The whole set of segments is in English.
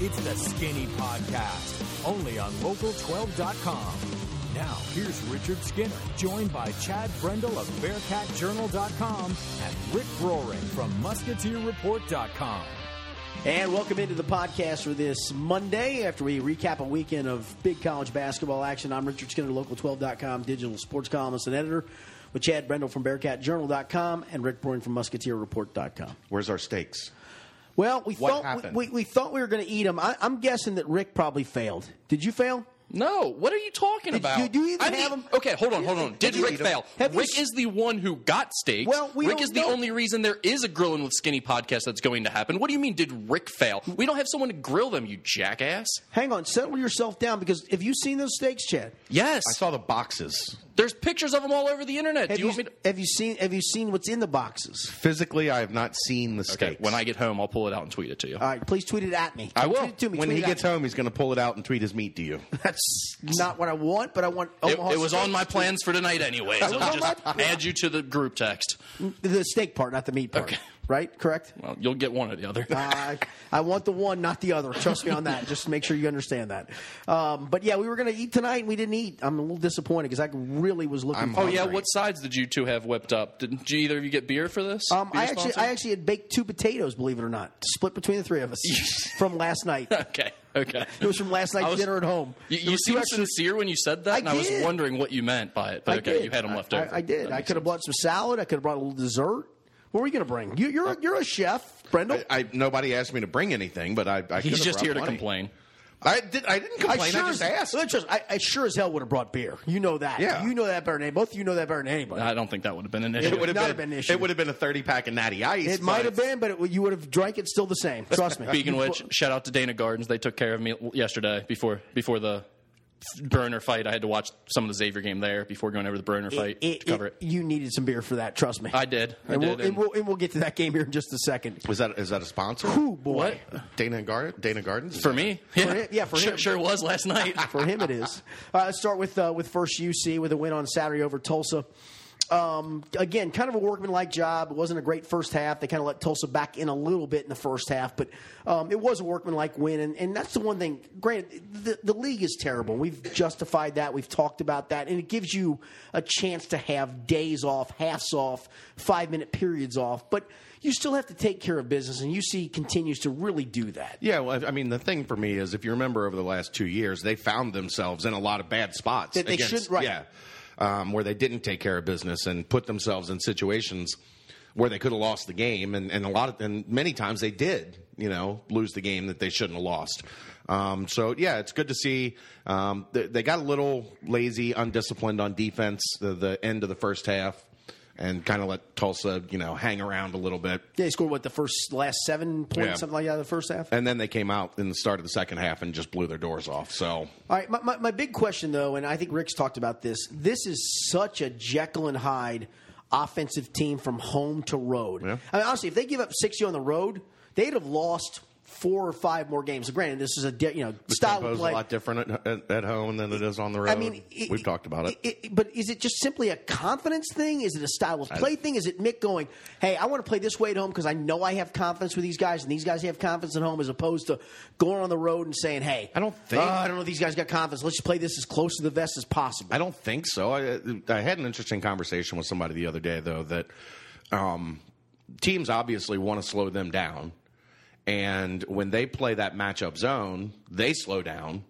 It's the Skinny Podcast, only on Local12.com. Now, here's Richard Skinner, joined by Chad Brendel of BearcatJournal.com and Rick Roaring from MusketeerReport.com. And welcome into the podcast for this Monday after we recap a weekend of big college basketball action. I'm Richard Skinner, local12.com digital sports columnist and editor, with Chad Brendel from BearcatJournal.com and Rick Boring from MusketeerReport.com. Where's our steaks? Well, we What thought we, happened? we, we thought we were going to eat them. I, I'm guessing that Rick probably failed. Did you fail? No, what are you talking Did about? you- do you even I'm the- have 'em? Okay, hold on, hold on. Did you- Rick fail? have you Rick s- is the one who got steaks. Well, we Rick don't is the know. only reason there is a grilling with skinny podcast that's going to happen. What do you mean? Did Rick fail? We don't have someone to grill them, you jackass. Hang on, settle yourself down because have you seen those steaks, Chad? Yes, I saw the boxes. there's pictures of them all over the internet. Have do you, want me to? have you seen have you seen what's in the boxes? Physically, I have not seen the Okay, steaks. when I get home, I'll pull it out and tweet it to you. All right, please tweet it at me. I will. Tweet it to me. when tweet he it at gets me. home, he's going to pull it out and tweet his meat to you. that's not what I want, but I want. it, Omaha it was steak. on my plans for tonight, anyways. was I'll on just my- add you to the group text. the steak part, not the meat part. Okay. Right? Correct. Uh, Well, you'll get one or the other. I, I want the one, not the other. Trust me on that. Just make sure you understand that. Um, but yeah, we were going to eat tonight, and we didn't eat. I'm a little disappointed because I really was looking. I'm for Oh yeah, hungry. what sides did you two have whipped up? Did, did either of you get beer for this? Um, Beer I actually, sponsor? I actually had baked two potatoes, believe it or not, split between the three of us from last night. It okay, okay. was from last night's was- dinner at home. You, There you was two seemed extra- sincere when you said that, I and I was did. wondering what you meant by it. But I okay, did. you had them I- left I, over. I did. That I makes could have sense. brought some salad. I could have brought a little dessert. What were you going to bring? You, you're a, you're a chef, Brendel. I, I, nobody asked me to bring anything, but I, I He's could've just brought here to money. complain. I, did, I didn't complain. I, as, just asked. let's just- I, I sure as hell would have brought beer. You know that. Yeah. You know that better than both. of You know that better than anybody. I don't think that would have been an It issue. would Would've not have been an issue. It would have been a thirty pack of natty ice. it might but- have been, but it, you would have drank it still the same. Trust me. Speaking of which, shout out to Dana Gardens. They took care of me yesterday before before the burner fight. I had to watch some of the Xavier game there before going over the burner fight to cover it. You needed some beer for that. Trust me. I did. I and, did. We'll, and, and- we'll, and we'll get to that game here in just a second. Was that is that a sponsor? Ooh, boy. what Dana Gar- Dana Gardens for me? Yeah, him- yeah, for sure, him. sure was last night. For him, it is. Uh, let's start with uh, with first UC with a win on Saturday over Tulsa. Um, again, kind of a workmanlike job. It wasn't a great first half. They kind of let Tulsa back in a little bit in the first half, but um, it was a workmanlike win. And, and that's the one thing. Granted, the, the league is terrible. We've justified that. We've talked about that. And it gives you a chance to have days off, halves off, five minute periods off. But you still have to take care of business. And UC continues to really do that. Yeah, well, I- I mean, the thing for me is, if you remember over the last two years, they found themselves in a lot of bad spots. That they shouldn't- right. Yeah, um, where they didn't take care of business and put themselves in situations where they could have lost the game, and, and a lot of and many times they did, you know, lose the game that they shouldn't have lost. Um, so yeah, it's good to see. Um, they, they got a little lazy, undisciplined on defense the, the end of the first half, and kind of let Tulsa, you know, hang around a little bit. They scored, what, the first last seven points, Yeah. something like that, in the first half? And then they came out in the start of the second half and just blew their doors off. So All right, my, my, my big question though, and I think Rick's talked about this. This is such a Jekyll and Hyde offensive team from home to road. I mean, honestly, if they give up sixty on the road, they'd have lost four or five more games. Granted, this is a di- you know style tempo's of play. a lot different at, at, at home than it is on the road. I mean, it- we've talked about it. But is it just simply a confidence thing? Is it a style of play thing? Is it Mick going, "Hey, I want to play this way at home because I know I have confidence with these guys, and these guys have confidence at home," as opposed to going on the road and saying, "Hey, I don't think- uh, I don't know if these guys got confidence. Let's just play this as close to the vest as possible." I don't think so. I, I had an interesting conversation with somebody the other day though that um, teams obviously want to slow them down, and when they play that matchup zone, they slow down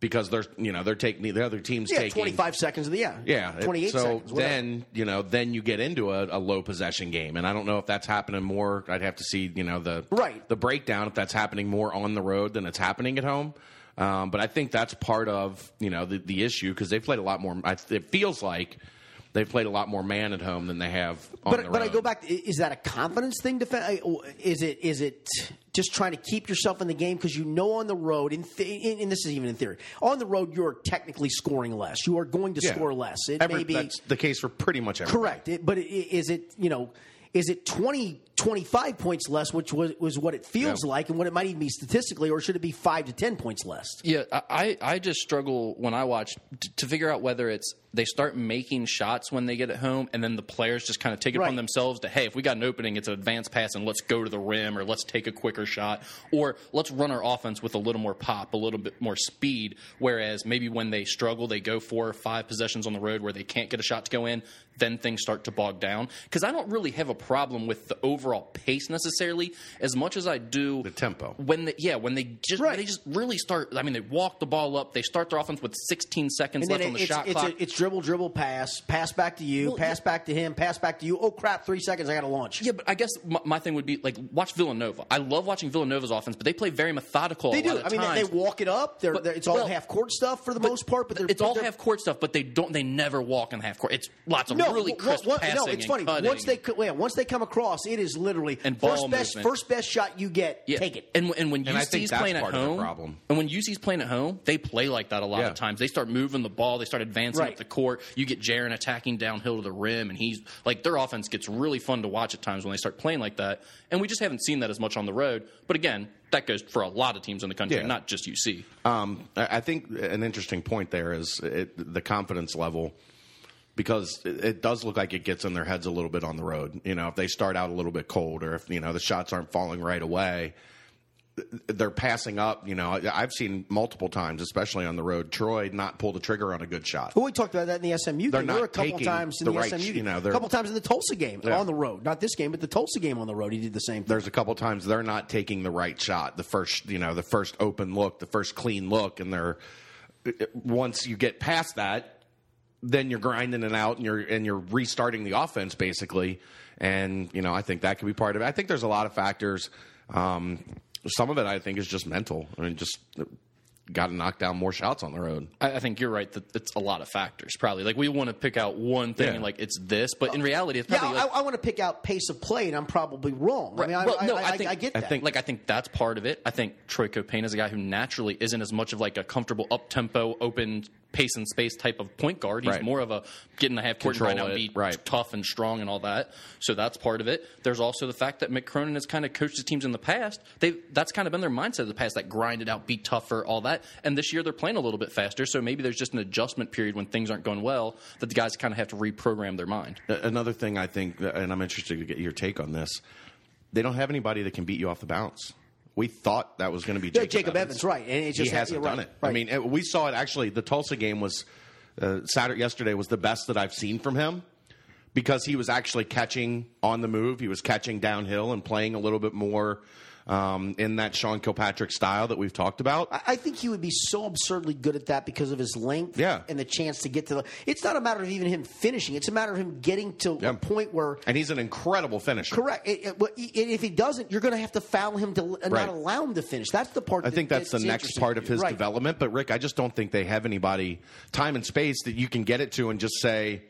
because they're you know they're taking the other teams yeah, taking twenty five seconds of the yeah, Yeah, it- twenty eight So seconds. whatever. then you know, then you get into a, a low possession game, and I don't know if that's happening more. I'd have to see you know the Right. the breakdown if that's happening more on the road than it's happening at home. Um, but I think that's part of you know the, the issue because they played a lot more. I, it feels like they've played a lot more man at home than they have on but the but I road. go back. i- Is that a confidence thing? Defend? Is it is it just trying to keep yourself in the game because you know on the road? In, th- in and this is even in theory. On the road, you are technically scoring less. You are going to Yeah. score less. It Every- may be that's the case for pretty much everyone. correct. It, but i- is it you know? Is it twenty 25 points less, which was, was what it feels Yeah. like and what it might even be statistically, or should it be 5 to 10 points less? Yeah, I, I I just struggle when I watch t- to figure out whether it's they start making shots when they get at home, and then the players just kind of take it Right. upon themselves to hey, if we got an opening, it's an advanced pass, and let's go to the rim, or let's take a quicker shot, or let's run our offense with a little more pop, a little bit more speed. Whereas maybe when they struggle, they go four or five possessions on the road where they can't get a shot to go in, then things start to bog down. Because I don't really have a problem with the overall pace necessarily, as much as I do The tempo. when they yeah when they just Right. they just really start. I mean, they walk the ball up. They start their offense with 16 seconds And left then on the it's, shot it's, clock. a- it's dribble, dribble, pass, pass back to you, Well, pass back to him, pass back to you. Oh crap! Three seconds, I got to launch. yeah, but I guess my, my thing would be like watch Villanova. I love watching Villanova's offense, but they play very methodical. they a lot do. of I mean, they, they times. walk it up. They're, But- they're, it's all well, half court stuff for the most part, but they're, it's all they're- half court stuff. But they don't. They never walk in half court. It's lots of really wha- crisp wha- wha- passing. No, it's and funny. cutting Once they co- yeah, once they come across, it is literally And ball first best movement. first best shot you get, Yeah. take it. And, and when And I think UC's that's playing at part of the home, problem. and when UC's playing at home, they play like that a lot Yeah. of times. They start moving the ball, they start advancing Right. up the court. You get Jaron attacking downhill to the rim, and he's like their offense gets really fun to watch at times when they start playing like that. And we just haven't seen that as much on the road. But again, that goes for a lot of teams in the country, Yeah. not just UC. Um, I I think an interesting point there is it, the confidence level because it, it does look like it gets in their heads a little bit on the road. You know, if they start out a little bit cold or if, you know, the shots aren't falling right away, th- they're passing up. You know, I- I've seen multiple times, especially on the road, Troy not pull the trigger on a good shot. Well, we talked about that in the SMU game. They're There not were a couple taking times in the the, right- SMU, you know, they're- a couple times in the Tulsa game Yeah. on the road. Not this game, but the Tulsa game on the road. He did the same thing. There's a couple times they're not taking the right shot, the first, you know, the first open look, the first clean look, and they're once you get past that, then you're grinding it out and you're and you're restarting the offense basically. And you know, I think that could be part of it. I think there's a lot of factors. Um, some of it I think is just mental. I mean, just got to knock down more shots on the road. I, I think you're right that it's a lot of factors, probably. Like we want to pick out one thing, Yeah. and like it's this, but in reality, it's yeah, probably like, I, I want to pick out pace of play, and I'm probably wrong. I mean, I, well, I, no, I, I, think, I get I that. think, like, I think that's part of it. I think Troy Copain is a guy who naturally isn't as much of like a comfortable up tempo, open pace and space type of point guard. He's Right. more of a get in the half court Control and grind out, it, and be right. tough and strong and all that. So that's part of it. There's also the fact that Mick Cronin has kind of coached his teams in the past. They that's kind of been their mindset of the past, that grind it out, be tougher, all that. And this year they're playing a little bit faster, so maybe there's just an adjustment period when things aren't going well that the guys kind of have to reprogram their mind. A- Another thing I think, and I'm interested to get your take on this. They don't have anybody that can beat you off the bounce. We thought that was going to be Yeah, Jacob, Jacob Evans, right, and it's just he that- hasn't yeah, right, done it. I right. mean, uh, we saw it actually. The Tulsa game was uh, Saturday yesterday was the best that I've seen from him because he was actually catching on the move. He was catching downhill and playing a little bit more um, in that Sean Kilpatrick style that we've talked about. I- I think he would be so absurdly good at that because of his length Yeah. and the chance to get to the. It's not a matter of even him finishing. It's a matter of him getting to Yeah. a point where. and he's an incredible finisher. Correct. It- it- well, i- if he doesn't, you're going to have to foul him to and Right. not allow him to finish. That's the part. I that- think that's the next interesting. part of his Right. development. But Rick, I just don't think they have anybody time and space that you can get it to and just say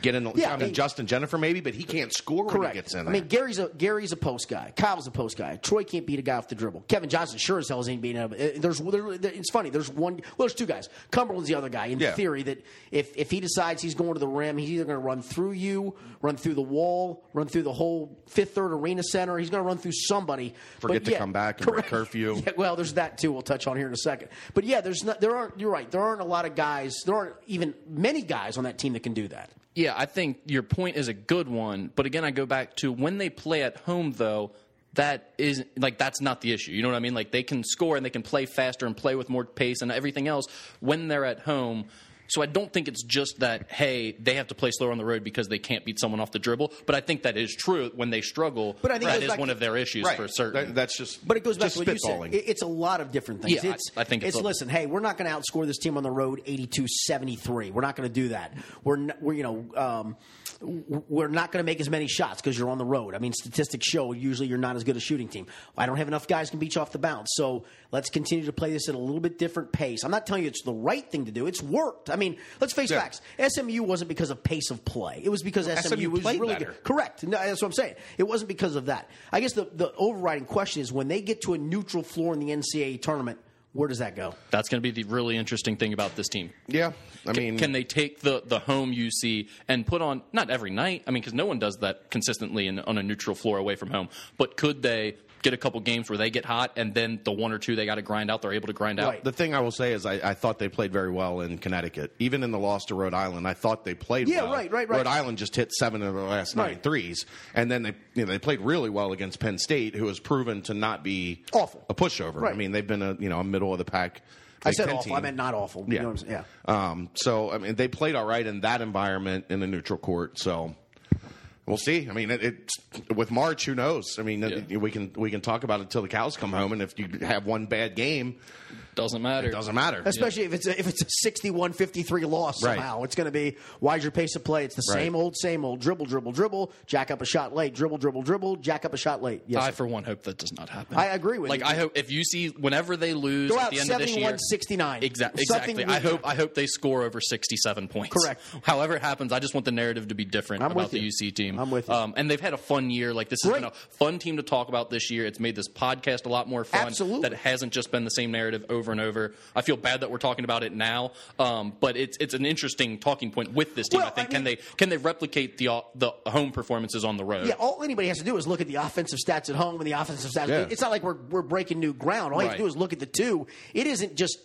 get in. The, Yeah, I mean, they- Justin Jennifer maybe, but he can't score when Correct. he gets in. I There. mean, Gary's a Gary's a post guy. Kyle's a post guy. Troy can't beat a guy off the dribble. Kevin Johnson sure as hell isn't beating him. Uh, There's there, there- it's funny. There's one. Well, there's two guys. Cumberland's the other guy. In Yeah. theory, that if if he decides he's going to the rim, he's either going to run through you, run through the wall, run through the whole fifth third arena center. He's going to run through somebody. Forget But to yeah, come back and break correct. curfew. Yeah, well, there's that too. We'll touch on here in a second. But yeah, there's not, there aren't. You're right. There aren't a lot of guys. There aren't even many guys on that team that can do that. Yeah, I think your point is a good one, but again, I go back to when they play at home though. That is like that's not the issue. You know what I mean? Like they can score and they can play faster and play with more pace and everything else when they're at home. So I don't think it's just that hey they have to play slower on the road because they can't beat someone off the dribble. But I think that is true when they struggle. But I think it that goes is back one to- of their issues Right. for certain. That- that's just. But it goes back just to what you said. spitballing. It- It's a lot of different things. Yeah, I- it's, I think it's a- listen. Hey, we're not going to outscore this team on the road 82-73. We're not going to do that. We're, n we're you know um, w- we're not going to make as many shots because you're on the road. I mean, statistics show usually you're not as good a shooting team. I don't have enough guys can beat you off the bounce. So let's continue to play this at a little bit different pace. I'm not telling you it's the right thing to do. It's worked. I mean, let's face Yeah. facts. SMU wasn't because of pace of play. It was because SMU, SMU was played really better. good. Correct. No, that's what I'm saying. It wasn't because of that. I guess the, the overriding question is when they get to a neutral floor in the NCAA tournament, Where does that go? That's going to be the really interesting thing about this team. Yeah, I mean, can they take the the home UC and put on not every night? I mean, because no one does that consistently in, on a neutral floor away from home. But could they get a couple games where they get hot and then the one or two they got to grind out, they're able to grind out? Right. The thing I will say is I, I thought they played very well in Connecticut. Even in the loss to Rhode Island, I thought they played Yeah, well. right, right, right. Rhode Island just hit seven of the last nine Right. threes. And then they you know, they played really well against Penn State, who has proven to not be Awful. a pushover. Right. I mean, they've been a you know a middle of the pack. I Big said Ten awful. I team. meant not awful. You Yeah. know what I'm saying? Yeah. Um, so I mean, they played all right in that environment in the neutral court. So we'll see. I mean, it, it's with March. Who knows? I mean, Yeah. we can we can talk about it till the cows come home. And if you have one bad game, Doesn't matter. it doesn't matter. Especially if it's a, if it's a 61-53 loss Right. somehow, it's going to be why's your pace of play? It's the Right. same old, same old. Dribble, dribble, dribble. Jack up a shot late. Dribble, dribble, dribble. Jack up a shot late. Yes, I, sir. for one, hope that does not happen. I agree with like, you. I hope if you see whenever they lose Go at out the end of this year, 71-69. Exac- Something exactly. I we- hope I hope they score over sixty-seven points. Correct. However it happens, I just want the narrative to be different I'm about with the you. UC team. I'm with you. Um, and they've had a fun year. Like this has been a Great. fun team to talk about this year. It's made this podcast a lot more fun. Absolutely. That it hasn't just been the same narrative over and over. I feel bad that we're talking about it now, um, but it's it's an interesting talking point with this team. Well, I think I can mean- they can they replicate the uh, the home performances on the road? Yeah, all anybody has to do is look at the offensive stats at home and the offensive stats. Yeah. It's not like we're we're breaking new ground. All you have to Right. do is look at the two. It isn't just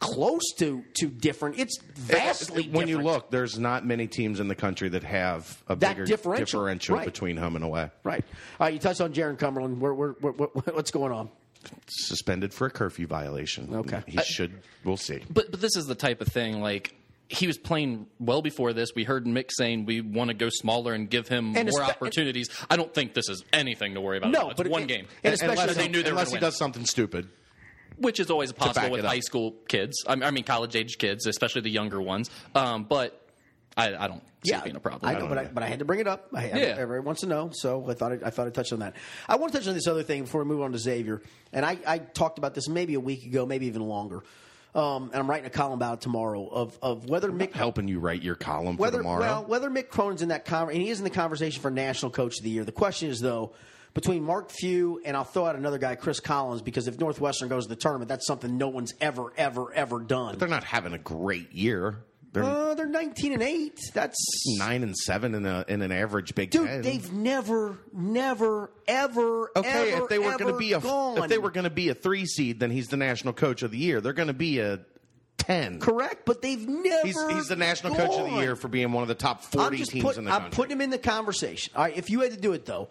close to to different. It's vastly when you different. look, there's not many teams in the country that have a That bigger differential. Right. between home and away. Right. All right, you touched on Jaron Cumberland. We're, we're, we're, we're- what's going on? Suspended for a curfew violation. Okay. Uh, he should. We'll see. But but this is the type of thing like he was playing well before this. We heard Mick saying we want to go smaller and give him And more espe- opportunities. I don't think this is anything to worry about. at No, all. it's but it- one it- game, and Because especially- they knew they were unless gonna he win, does something stupid. which is always back possible with it up. high school kids. I mean, I mean college age kids, especially the younger ones. Um, but I, I don't see it being a problem. I know, but I, but I had to bring it up. I, I- Yeah. Everyone wants to know, so I thought I, I thought I touched on that. I want to touch on this other thing before we move on to Xavier. And I, I talked about this maybe a week ago, maybe even longer. Um, and I'm writing a column about it tomorrow of, of whether Mick Helping you write your column for whether tomorrow. well whether Mick Cronin's in that con- and he is in the conversation for National Coach of the Year. The question is though between Mark Few and I'll throw out another guy, Chris Collins, because if Northwestern goes to the tournament, that's something no one's ever ever ever done. they're not having a great year. They're Uh, they're 19 and 8. That's nine and seven in a in an average Big Dude, Ten. they've never, never, ever, okay, ever, if they were going ever to be a gone. if they were going to be a three seed, then he's the national coach of the year. They're going to be a ten. correct, but they've never. He's he's the national coach of the gone. year for being one of the top I'm forty just teams put- in the I'm country. putting him in the conversation. All right, if you had to do it though,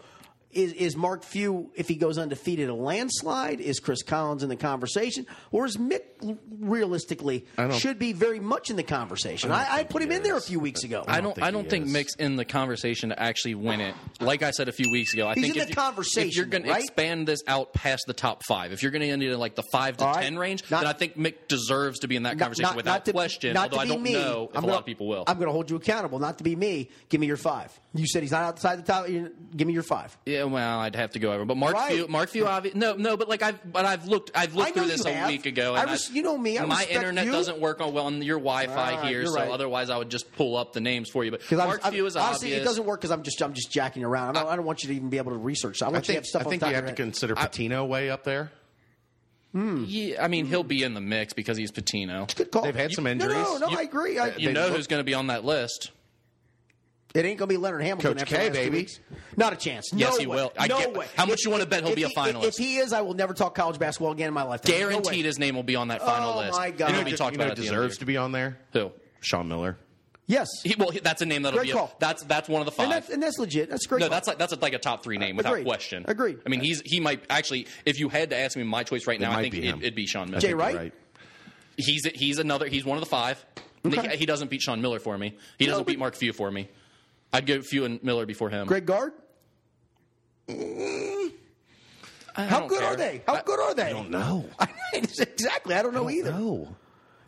is is Mark Few if he goes undefeated a landslide? Is Chris Collins in the conversation, or is Mick realistically I don't- should be very much in the conversation? I, I, put him in there a few weeks ago. I don't. think I don't he think is. Mick's in the conversation to actually win it. Like I said a few weeks ago, I He's think in if the you- conversation, If you're going right? to expand this out past the top five, if you're going to end it in like the five to All right. ten range, Not- then I think Mick deserves to be in that conversation without to- question. not although to I be don't me. know I'm if a gonna- lot of people will. I'm going to hold you accountable, not to be me. Give me your five. You said he's not outside the top. you- Give me your five. yeah, well, I'd have to go over. But Mark Right. Few, Mark Few, obvi- no, no. But like I've, but I've looked, I've I looked know through this you a have. week ago. I And res- I've- you know me, I my respect internet you. doesn't work on well on your Wi-Fi Ah, here, you're so right. otherwise I would just pull up the names for you. But 'Cause I'm- Mark I'm- Few is honestly, obvious. it doesn't work because I'm just I'm just jacking you around. I don't, I don't want you to even be able to research. I I want you to think, have stuff. I think on top you have of to your head. consider Patino way up there. Yeah, I mean, Mm-hmm. he'll be in the mix because he's Patino. Good call. They've had some injuries. No, no, no. You- I agree. I, You They know look- who's going to be on that list. it ain't gonna be Leonard Hamilton. Coach after K, the last two baby. weeks. Not a chance. No Yes, he way. will. I no get- way. how much If- you wanna bet he'll if be a he- finalist? If he is, I will never talk college basketball again in my life. Guaranteed his name will be on that final Oh, list. my God. And You it'll know, be talked you know about who at the end deserves of to be on there? the year. Who? Sean Miller. Yes. He, well, he- that's a name that'll Great be. call. A, that's that's one of the five. and that's and that's legit. That's a great. no, call. that's like that's like a top three name without Agreed. question. Agreed. I mean, he's he might actually. If you had to ask me my choice right now, might I think be it, him. would be Sean Miller. Jay Wright? Right. He's he's another. He's one of the five. He, he doesn't beat Sean Miller for me. He doesn't beat Mark Few for me. I'd go Few and Miller before him. Greg Gard. I How don't good care. are they? How good are they? I don't know. exactly. I don't know either. No.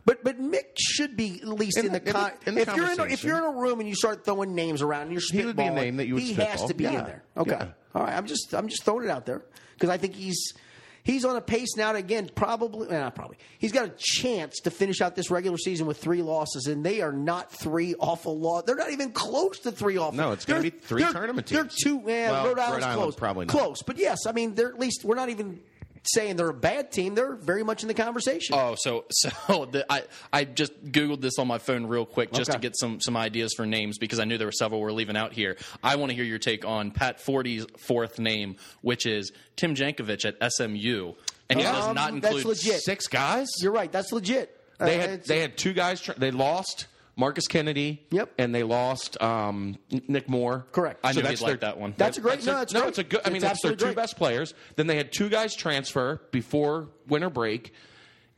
But but Mick should be at least in, In the, the- con- in the if you're in a, if conversation. you're in a room and you start throwing names around and you're spitballing, He would be a name that you would he has spitball. to be Yeah. in there. Okay, Yeah. all right. I'm just I'm just throwing it out there because I think he's he's on a pace now. To, again, probably eh, not probably he's got a chance to finish out this regular season with three losses, and they are not three awful losses. They're not even close to three awful. No, it's gonna They're- be three they're- tournament They're teams. two. Eh, Well, Rhode Island's Rhode Island close, probably not. close, but yes, I mean they're at least we're not even saying they're a bad team. They're very much in the conversation. Oh, so so the, I I just googled this on my phone real quick just Okay. to get some some ideas for names because I knew there were several we're leaving out here. I want to hear your take on Pat Forty's fourth name, which is Tim Jankovic at SMU, and he does Um, not that's include legit. Six guys. You're right. That's legit. They Uh, had it's- they had two guys. Tra- they lost Marcus Kennedy. Yep. And they lost um, N- Nick Moore. Correct. I knew he'd that's like that one. That's a great- no, their- it's no, great. it's a good. I mean, It's that's their two absolutely great. best players. Then they had two guys transfer before winter break.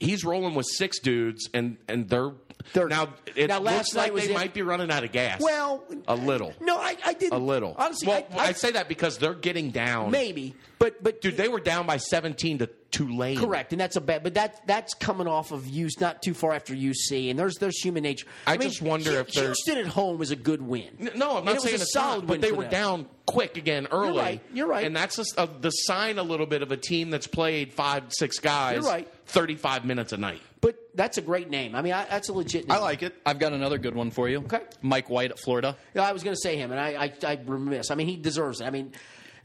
He's rolling with six dudes, and and they're, They're- now. It now, last looks like night was they in- might be running out of gas. well a little, No, I, I didn't. a little. Honestly, well, I, I, say that because they're getting down. maybe, but but dude, they were down by seventeen to Tulane. Correct, and that's a bad, but that that's coming off of use not too far after UC, and there's there's human nature. I just wonder Hu- if they're- Houston at home was a good win. N- No, I'm And not it was saying a it's solid not, win but they for were them. down quick again early. right, you're right. and that's just, uh, the sign a little bit of a team that's played five, six guys, You're right. 35 minutes a night. But that's a great name. I mean, I, that's a legit. Name. I like it. I've got another good one for you. Okay. Mike White at Florida. No, I was going to say him, and I, I I remiss. I mean, he deserves it. I mean,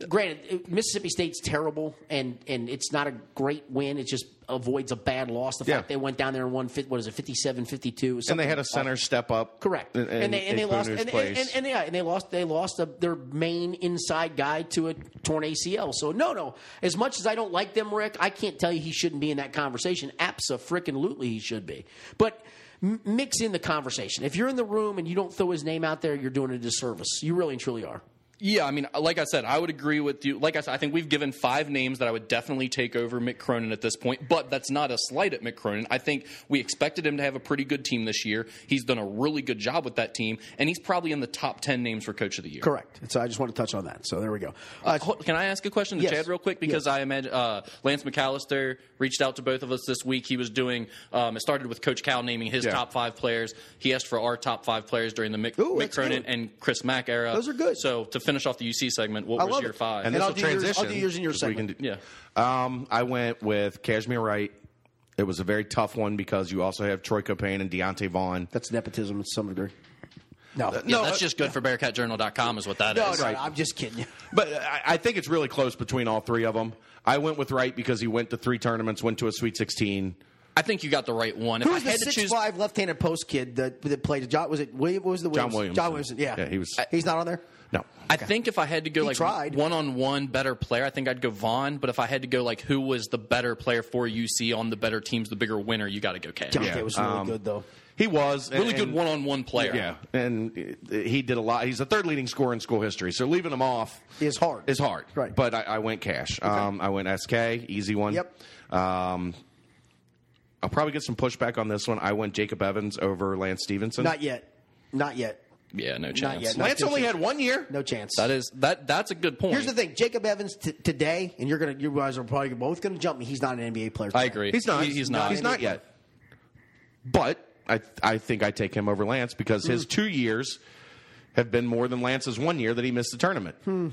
granted, it- Mississippi State's terrible, and and it's not a great win. It just avoids a bad loss. The fact they Yeah. went down there and won fif- what is it, 57-52. And they had a center step up. Correct. And, and, they and they Igbunu's lost and, and, plays. and, and, yeah, and they lost they lost a, their main inside guy to a torn ACL. So no no, as much as I don't like them Rick, I can't tell you he shouldn't be in that conversation. Absa frickin' lutely he should be. But m- mix in the conversation. If you're in the room and you don't throw his name out there, you're doing a disservice. You really and truly are. Yeah, I mean, like I said, I would agree with you. Like I said, I think we've given five names that I would definitely take over Mick Cronin at this point, but that's not a slight at Mick Cronin. I think we expected him to have a pretty good team this year. He's done a really good job with that team, and he's probably in the top 10 names for Coach of the Year. Correct. So I just want to touch on that. So there we go. Uh, Ho- Can I ask a question to Yes. Chad real quick? Because I imagine uh, Lance McAllister reached out to both of us this week. He was doing. Um, it started with Coach Cal naming his Yeah. top five players. He asked for our top five players during the Mick, Ooh, Mick that's Cronin good. and Chris Mack era. Those are good. So to finish off the UC segment, what I was love your it. five? And And this I'll will do yours- I'll transition. do yours in your if we can segment. Yeah. Um, I went with Kashmir Wright. It was a very tough one because you also have Troy Copain and Deontay Vaughn. that's nepotism to some degree. No, Yeah, No, that's uh, just good for BearcatJournal.com, is what that is. no, no, I'm just kidding. But I, I think it's really close between all three of them. I went with Wright because he went to three tournaments, went to a Sweet 16. I think you got the right one. If Who I was the had to six choose, five left handed post kid that that played? John, was it William? What was the John Williams? Williamson. John Williamson. Yeah, Uh, Yeah, he was- He's not on there. No. I think if I had to go like tried. one on one better player, I think I'd go Vaughn. But if I had to go like who was the better player for UC on the better teams, the bigger winner, you got to go Cal. John Yeah, Kay was really um, good though. He was. Really and- good and- one on one player. Yeah, and uh, he did a lot. He's the third leading scorer in school history, so leaving him off Is hard. Is hard, Right. But I, I went cash. Um, I went SK, easy one. Yep. Um, I'll probably get some pushback on this one. I went Jacob Evans over Lance Stevenson. Not yet. Not yet. Yeah, no chance. Not yet. Not Lance this only year. had one year. no chance. That is that. That's a good point. Here's the thing, Jacob Evans t- today, and you're gonna, you guys are probably both gonna jump me. He's not an NBA player. I today. agree. He's not. He- he's not. He's not yet. But I I think I take him over Lance because his Hmm. two years have been more than Lance's one year that he missed the tournament. Hmm.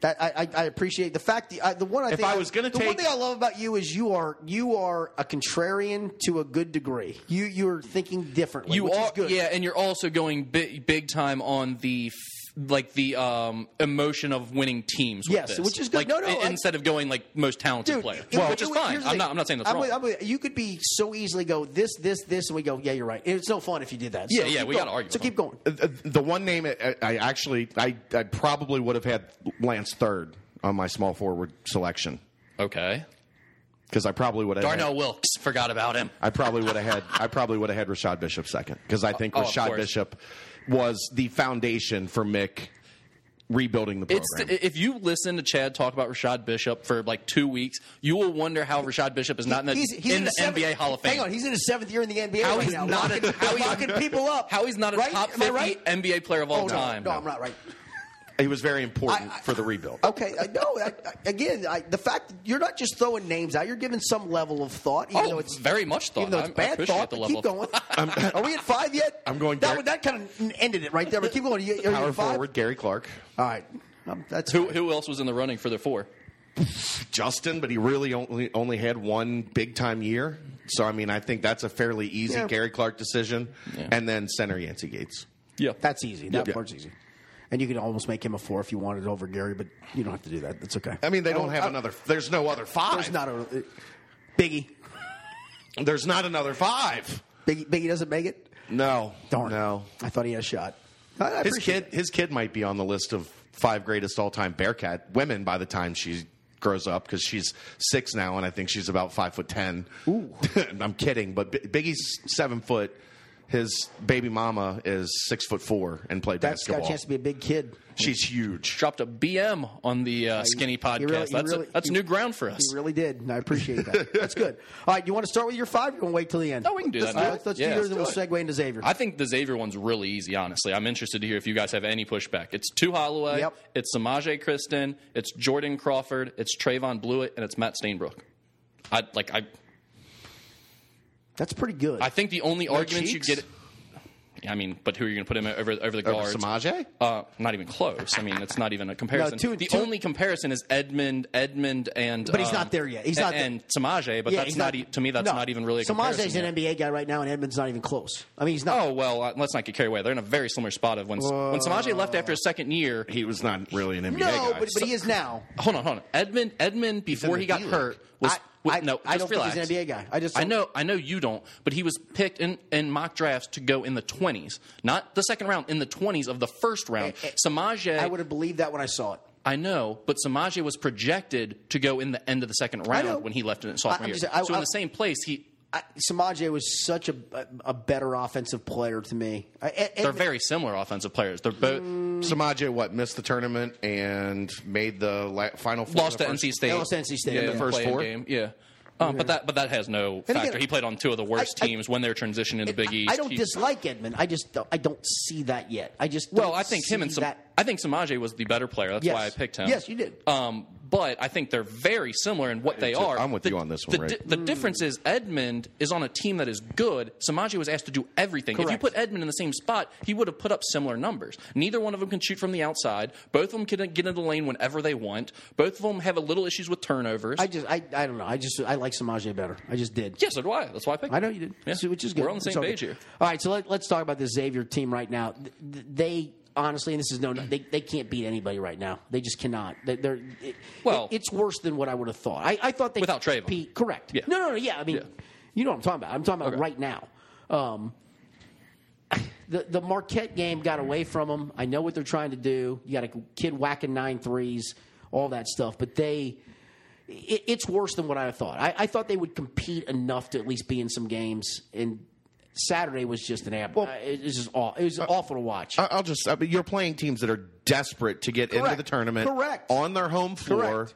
That I, I, I appreciate the fact. The, I, the one I If think I was gonna the one take- thing I love about you is you are you are a contrarian to a good degree. You you're thinking differently. You which is are. good. Yeah, and you're also going big, big time on the. f- Like the um, emotion of winning teams. With Yes, this. which is good. Like, No, no, i- I- instead of going like most talented player, it- it which is would- fine. here's the I'm thing. not. I'm not saying that's I'm wrong. with- I'm with- you could be so easily go this, this, this, and we go, yeah, you're right. It's no fun if you did that. Yeah, So yeah, keep we going. gotta argue So with keep going. Uh, the one name I, I actually I, I probably would have had Lance third on my small forward selection okay. because I probably would have. Darnell Had, Wilkes forgot about him. I probably would have had. I probably would have had Rashad Bishop second because I think Oh, of Rashad course. Bishop was the foundation for Mick rebuilding the program. It's if you listen to Chad talk about Rashad Bishop for like two weeks, you will wonder how Rashad Bishop is not in the, He's, he's in the his seventh- NBA Hall of Fame. Hang on, he's in his seventh year in the NBA. How right he's now. not a- locking, how he's- locking people up. how he's not a right? top Am I fifty right? NBA player of all Oh, no, time. No, I'm not right. he was very important I- I- for the rebuild. Okay, I know. I, I, again, I, the fact that you're not just throwing names out; you're giving some level of thought, even Oh, though it's very much thought. Even though it's I- I bad appreciate thought, the but level keep going. Are we at five yet? I'm going That, Gary- would- that kind of ended it right there. But keep going. Are you, are you Power at five? forward Gary Clark, All right, Um, that's Who who else was in the running for the four? Justin, but he really only only had one big time year. So I mean, I think that's a fairly easy Yeah. Gary Clark decision, and then center Yancey Gates. Yeah, That's easy. That Yeah. part's easy. and you could almost make him a four if you wanted over Gary, but you don't have to do that. That's okay. Oh, uh, I mean, they don't have another. There's no other five. There's not a uh, Biggie. There's not another five. Biggie, Biggie doesn't make it. No. Darn. No. I thought he had a shot. I, I His appreciate kid. it. His kid might be on the list of five greatest all-time Bearcat women by the time she grows up because she's six now, and I think she's about five foot ten. Ooh. I'm kidding, but B- Biggie's seven foot. His baby mama is six foot four and played That's got basketball. a chance to be a big kid. She's huge. Dropped a BM on the uh, Skinny he podcast. really- he that's a- really- that's he- new ground for us. He really did, and I appreciate that. That's good. All right, you want to start with your five? You want to wait till the end? No, we can do let's that Do now. it. Let's Yeah. do yours, and we'll Let's do segue into Xavier. I think the Xavier one's really easy, honestly. I'm interested to hear if you guys have any pushback. It's Tu Holloway, Yep. it's Samaje Kristen, it's Jordan Crawford, it's Trayvon Blewett, and it's Matt Stainbrook. I like I That's pretty good. I think the only arguments cheeks? you get Yeah, I mean, but who are you going to put him over over the Over guards? Samaje? Uh, not even close. I mean, it's not even a comparison. two- the two- only comparison is Edmund, Edmund, and But he's um, not there yet. He's not there. and Samaje, but Yeah, that's he's not, e to me. That's no. not even really a comparison. Samaje's yet. an NBA guy right now, and Edmund's not even close. I mean, he's not. Oh well, uh, let's not get carried away. They're in a very similar spot of when when Samaje left after his second year. He was not really an NBA no, guy. but, but he is now. Hold on, hold on. Edmund Edmund before in he the got D-League. hurt was I, was- I, no. Just I don't relax. think he's an NBA guy. I just I know, I know you don't, but he was picked in, in mock drafts to go in the twenties, not the second round, in the twenties of the first round. Eh, eh, Samaje, I I, would have believed that when I saw it. know, but Samaje was projected to go in the end of the second know. round when he left in his sophomore I'm year. just- I- so I- in the same place, he I, Samaje was such a, a, a better offensive player to me. I, Ed, they're Edmund- very similar offensive players. They're both Mm. Samaje what missed the tournament and made the la- final four. lost the to first- NC State. Lost to NC State. Yeah, In the yeah, first play-in four? game. Yeah. Um, but that but that has no again, factor. he played on two of the worst I- I- teams when they were transitioning to Big East. I don't He- dislike Edmund. I just don't, I don't see that yet. I just well, don't I think him see and some, that. I think Samaje was the better player. That's Yes. why I picked him. Yes, you did. Um, but I think they're very similar in what they too. are. I'm with The- you on this one, The, Rick. the difference is Edmund is on a team that is good. Samaje was asked to do everything. If you Correct. put Edmund in the same spot, he would have put up similar numbers. Neither one of them can shoot from the outside. Both of them can get in the lane whenever they want. Both of them have a little issues with turnovers. I just I, I don't know. I just I like Samaje better. I just did. Yes, so do I. That's why I picked. I him. know you did, Yeah. So- which is good. We're on the It's same all page good. here. All right, so let, let's talk about this Xavier team right now. Th- th- They honestly, and this is no, they, they can't beat anybody right now. They just cannot. They, they're it, Well- it- it's worse than what I would have thought. I, I thought they Without could Trayvon. compete- Correct. Yeah. No, no, no. Yeah, I mean, Yeah. you know what I'm talking about. I'm talking about Okay. right now. Um, the the Marquette game got away from them. I know what they're trying to do. You got a kid whacking nine threes, all that stuff, but they it, it's worse than what I thought. I, I thought they would compete enough to at least be in some games. And Saturday was just an ab. uh, it was just aw- it was awful to watch. I- I'll just. I mean, you're playing teams that are desperate to get into Correct. the tournament, Correct. On their home floor, Correct.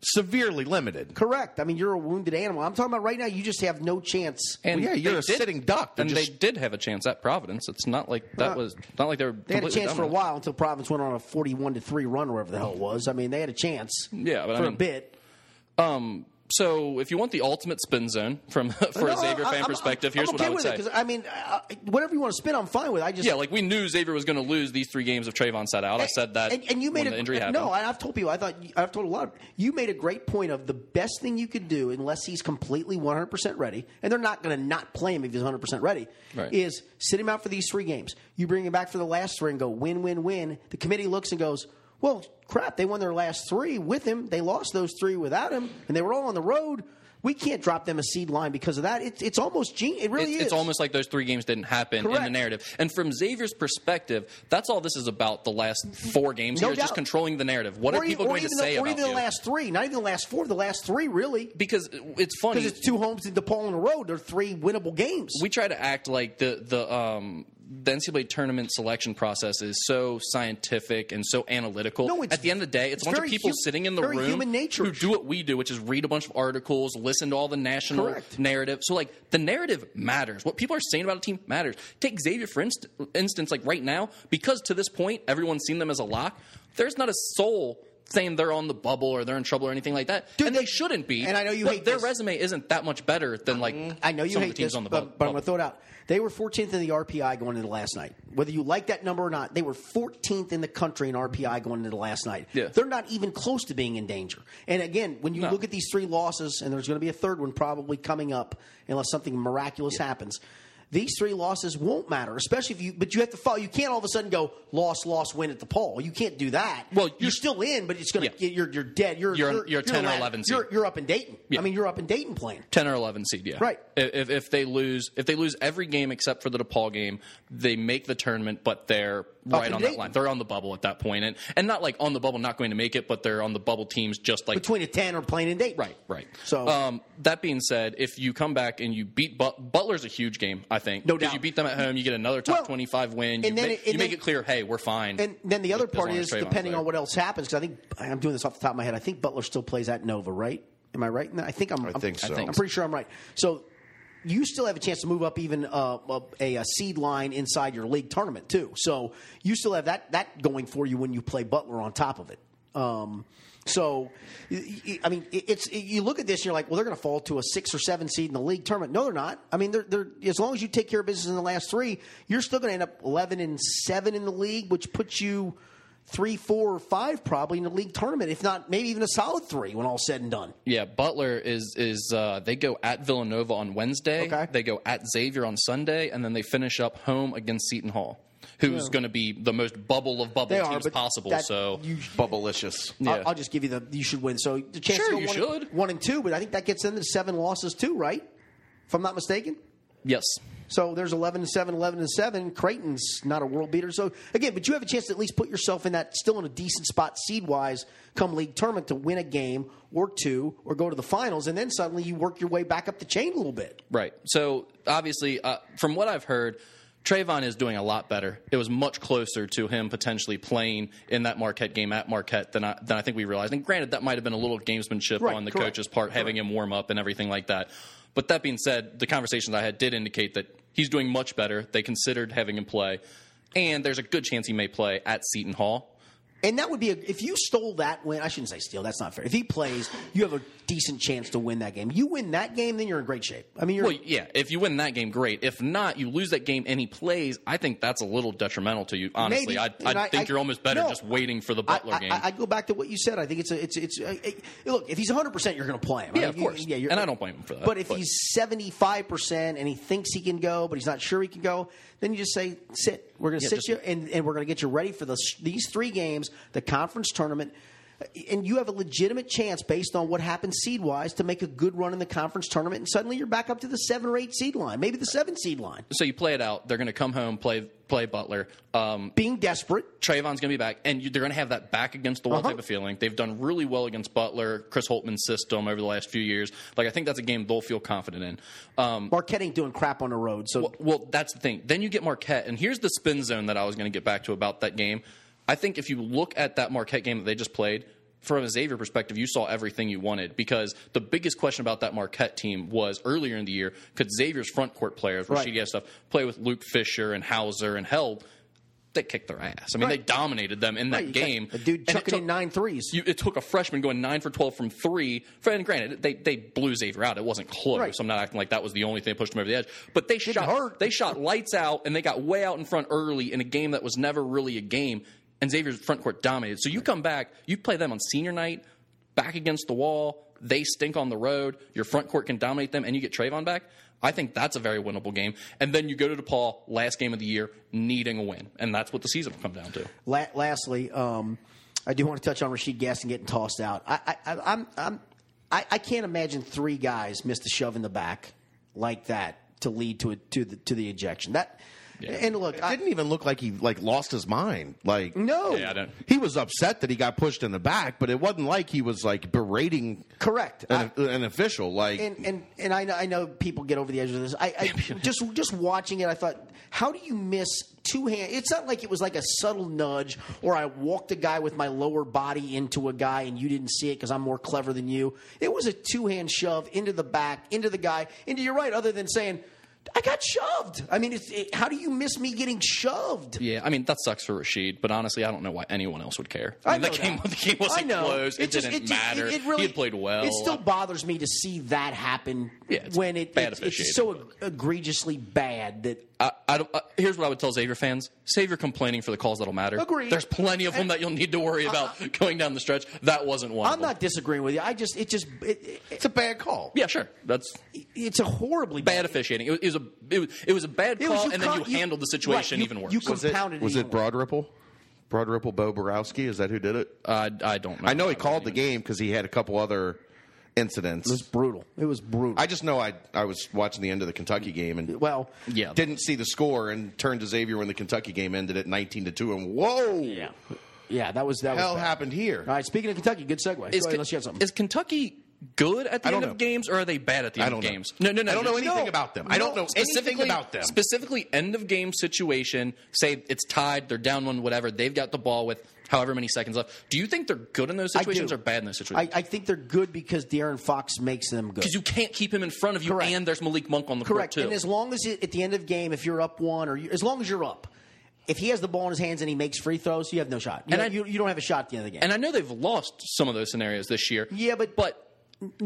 severely limited. Correct. I mean, you're a wounded animal. I'm talking about right now. You just have no chance. And Well, yeah, you're they a sitting duck. They're And just- they did have a chance at Providence. It's not like that was not like they were. They had a chance for a while until Providence went on a 41 to three run, or whatever the hell it was. I mean, they had a chance. Yeah, but I for a mean- bit. Um, So, if you want the ultimate spin zone from for a No, Xavier I- fan I'm- perspective, I'm here's okay what with I it, would say. 'cause, I mean, I- I- whatever you want to spin, I'm fine with. I just Yeah, like we knew Xavier was going to lose these three games if Trayvon sat out. I said that. And, and you made when a, uh, the injury happened. no. I- I've told people. I thought I've told a lot. Of, you made a great point of the best thing you could do, unless he's completely one hundred percent ready, and they're not going to not play him if he's one hundred percent ready. Right. Is sit him out for these three games. You bring him back for the last three and go win, win, win. The committee looks and goes. Well, crap! They won their last three with him. They lost those three without him, and they were all on the road. We can't drop them a seed line because of that. It's it's almost gene. It really It's- is. It's almost like those three games didn't happen in the Correct. narrative. And from Xavier's perspective, that's all this is about the last four games. No here is just doubt. controlling the narrative. What or are e- people or going to even say the, or about even the you? last three, not even the last four, the last three really. because it's funny. because it's two homes and the Paul in a row. They're three winnable games. we try to act like the the um the NCAA tournament selection process is so scientific and so analytical. No, it's- At the end of the day, it's it's, a bunch of very people hu- sitting in the very room human nature. who do what we do, which is read a bunch of articles, listen to all the national Correct. narrative. So, like, the narrative matters. What people are saying about a team matters. Take Xavier, for inst- instance, like right now, because to this point, everyone's seen them as a lock, there's not a soul saying they're on the bubble or they're in trouble or anything like that. Dude, and they they- shouldn't be. and I know you But hate Their this. Mm-hmm. resume isn't that much better than, like, I know you some of hate the teams this, on the bu- but, but I'm bubble. going to throw it out. They were 14th in the RPI going into last night. Whether you like that number or not, they were 14th in the country in RPI going into last night. Yeah. They're not even close to being in danger. And again, when you look at these three losses, and there's going to be a third one probably coming up unless something miraculous happens. these three losses won't matter, especially if you. But you have to follow. You can't all of a sudden go loss, loss, win at the poll. You can't do that. Well, you're you- still in, but it's going to Yeah. you're you're dead. You're You're- you're 10 or last- 11 seed. You're, you're up in Dayton. Yeah. I mean, you're up in Dayton playing. ten or eleven seed. Yeah, Right. I- If, if they lose, if they lose every game except for the DePaul game, they make the tournament, but they're right in on Dayton. that line. They're on the bubble at that point, and and not like on the bubble, not going to make it, but they're on the bubble teams, just like Between a ten or playing in Dayton. Right, right. So- um, that being said, if you come back and you beat but- Butler's a huge game, I think. No 'Cause doubt. You beat them at home, you get another top Well, twenty-five win. You, and then ma- it- and you make then- it clear, hey, we're fine. And then the other As part long as is Trayvon's depending there. on what else happens. Because I think I'm doing this off the top of my head. I think Butler still plays at Nova, right? Am I right? In that? I think I'm. I think so. I think I'm so. pretty sure I'm right. So you still have a chance to move up even uh, up a, a seed line inside your league tournament too. So you still have that that going for you when you play Butler on top of it. Um, so, y- y- I mean, it- it's you look at this, and you're like, well, they're going to fall to a six or seven seed in the league tournament. No, they're not. I mean, they're, they're as long as you take care of business in the last three, you're still going to end up eleven and seven in the league, which puts you three, four, or five probably in the league tournament, if not maybe even a solid three when all said and done. Yeah, Butler is is uh, they go at Villanova on Wednesday. Okay. They go at Xavier on Sunday, and then they finish up home against Seton Hall, who's going to be the most bubble of Oh. bubble They are, teams but possible. that- so you Bubblicious. I'll- Yeah. I'll, just give you the you should win. So the chance Sure, to go you one, should. one and two, but I think that gets them to seven losses too, right? If I'm not mistaken. yes, So there's 11 and 7, 11 and 7. Creighton's not a world beater. So again, but you have a chance to at least put yourself in that still in a decent spot seed wise come league tournament to win a game or two or go to the finals and then suddenly you work your way back up the chain a little bit. right. So obviously, uh, from what I've heard. Trayvon is doing a lot better. It was much closer to him potentially playing in that Marquette game at Marquette than I, than I think we realized. And granted, that might have been a little gamesmanship Right, on the correct. coach's part, having him warm up and everything like that. But that being said, the conversations I had did indicate that he's doing much better. They considered having him play, and there's a good chance he may play at Seton Hall. And that would be a, if you stole that win. I shouldn't say steal. That's not fair. If he plays, you have a decent chance to win that game. You win that game, then you're in great shape. I mean, you're Well, yeah, if you win that game, great. If not, you lose that game and he plays, I think that's a little detrimental to you, honestly. Maybe. I, And I- I think I- you're almost better no. just waiting for the I, Butler game. I, I go back to what you said. I think it's a, it's it's uh, it- look if he's 100 percent you're going to play him. I Yeah, mean, of you- course. you're- And I don't blame him for that, But if but- he's 75 percent and he thinks he can go, but he's not sure he can go, then you just say sit. We're going to Yeah, sit just- you and, and we're going to get you ready for the, these three games, the conference tournament. And you have a legitimate chance based on what happened seed wise to make a good run in the conference tournament, and suddenly you're back up to the seven or eight seed line, maybe the seven seed line. so you play it out. They're going to come home, play play Butler. Um, Being desperate, Trayvon's going to be back, and you, they're going to have that back against the wall Uh-huh. type of feeling. They've done really well against Butler, Chris Holtman's system over the last few years. Like I think that's a game they'll feel confident in. Um, Marquette ain't doing crap on the road, so well, well, that's the thing. Then you get Marquette, and here's the spin zone that I was going to get back to about that game. I think if you look at that Marquette game that they just played, from a Xavier perspective, you saw everything you wanted because the biggest question about that Marquette team was earlier in the year could Xavier's front court players, Right. Rashidi stuff, play with Luke Fisher and Hauser and Held? They kicked their ass. I mean, Right. they dominated them in that Right, you got game. a dude And it chucking took- in nine threes. you, it took a freshman going nine for twelve from three. And granted, they they blew Xavier out. It wasn't close. Right. I'm not acting like that was the only thing that pushed them over the edge. But they shot hurt. they shot lights out, and they got way out in front early in a game that was never really a game. And Xavier's front court dominated. So you come back, you play them on senior night, back against the wall. They stink on the road. Your front court can dominate them, and you get Trayvon back. I think that's a very winnable game. And then you go to DePaul, last game of the year, needing a win, and that's what the season will come down to. La- lastly, um, I do want to touch on Rasheed Gaston getting tossed out. I, I, I, I'm, I'm, I, I can't imagine three guys missed a shove in the back like that to lead to a, to the to the ejection. That and look, It I, didn't even look like he like lost his mind. Like no, Yeah, I don't. he was upset that he got pushed in the back, but it wasn't like he was like berating correct. I- an, an official. Like and and and I know, I know people get over the edge of this. I, I just just watching it, I thought, how do you miss two hand? It's not like it was like a subtle nudge, or I walked a guy with my lower body into a guy and you didn't see it because I'm more clever than you. It was a two hand shove into the back, into the guy, into your right. Other than saying, I got shoved. I mean, it's, it, how do you miss me getting shoved? Yeah, I mean that sucks for Rashid, but honestly, I don't know why anyone else would care. I I mean, know the game, that. the game I wasn't know. close. It, just- didn't just- matter. It, really, he had played well. It still bothers me to see that happen Yeah, it's when it, bad it's, it's so eg- egregiously bad that. I, I don't, uh, here's what I would tell Xavier fans: save your complaining for the calls that'll matter. Agreed. There's plenty of them that you'll need to worry about going down the stretch. That wasn't one. I'm of them. not disagreeing with you. I just it just it, it, it's a bad call. Yeah, sure. That's it's a horribly bad officiating. It was, it was a it was, it was a bad It call, was and then con- you, handled the situation right, even you, worse. You Was it, compounded was it even worse. Broad Ripple? Broad Ripple, Bo Borowski? Is that who did it? I, I don't know. I know he don't called the even- game because he had a couple other incidents. It was brutal. It was brutal. I just know I I was watching the end of the Kentucky game and well, Yeah, didn't see the score and turned to Xavier when the Kentucky game ended at 19 to 2 and whoa. yeah, yeah. That was that. Hell was bad. happened here. All right. Speaking of Kentucky, good segue. Go ahead, Is, Ken- unless you have something. is Kentucky good at the I don't end know. of games, or are they bad at the I end don't of know. games? No, no, no. I don't know no. anything No. about them. I don't know anything specifically about them. Specifically, end of game situation. Say it's tied, they're down one, whatever. They've got the ball with however many seconds left. Do you think they're good in those I situations do. or bad in those I, situations? I think they're good because De'Aaron Fox makes them good. Because you can't keep him in front of you, Correct. and there's Malik Monk on the Correct. court And too. as long as it, at the end of game, if you're up one or you, as long as you're up, if he has the ball in his hands and he makes free throws, you have no shot. You, And I- you, you don't have a shot at the end of the game. and I know they've lost some of those scenarios this year. Yeah, but- but.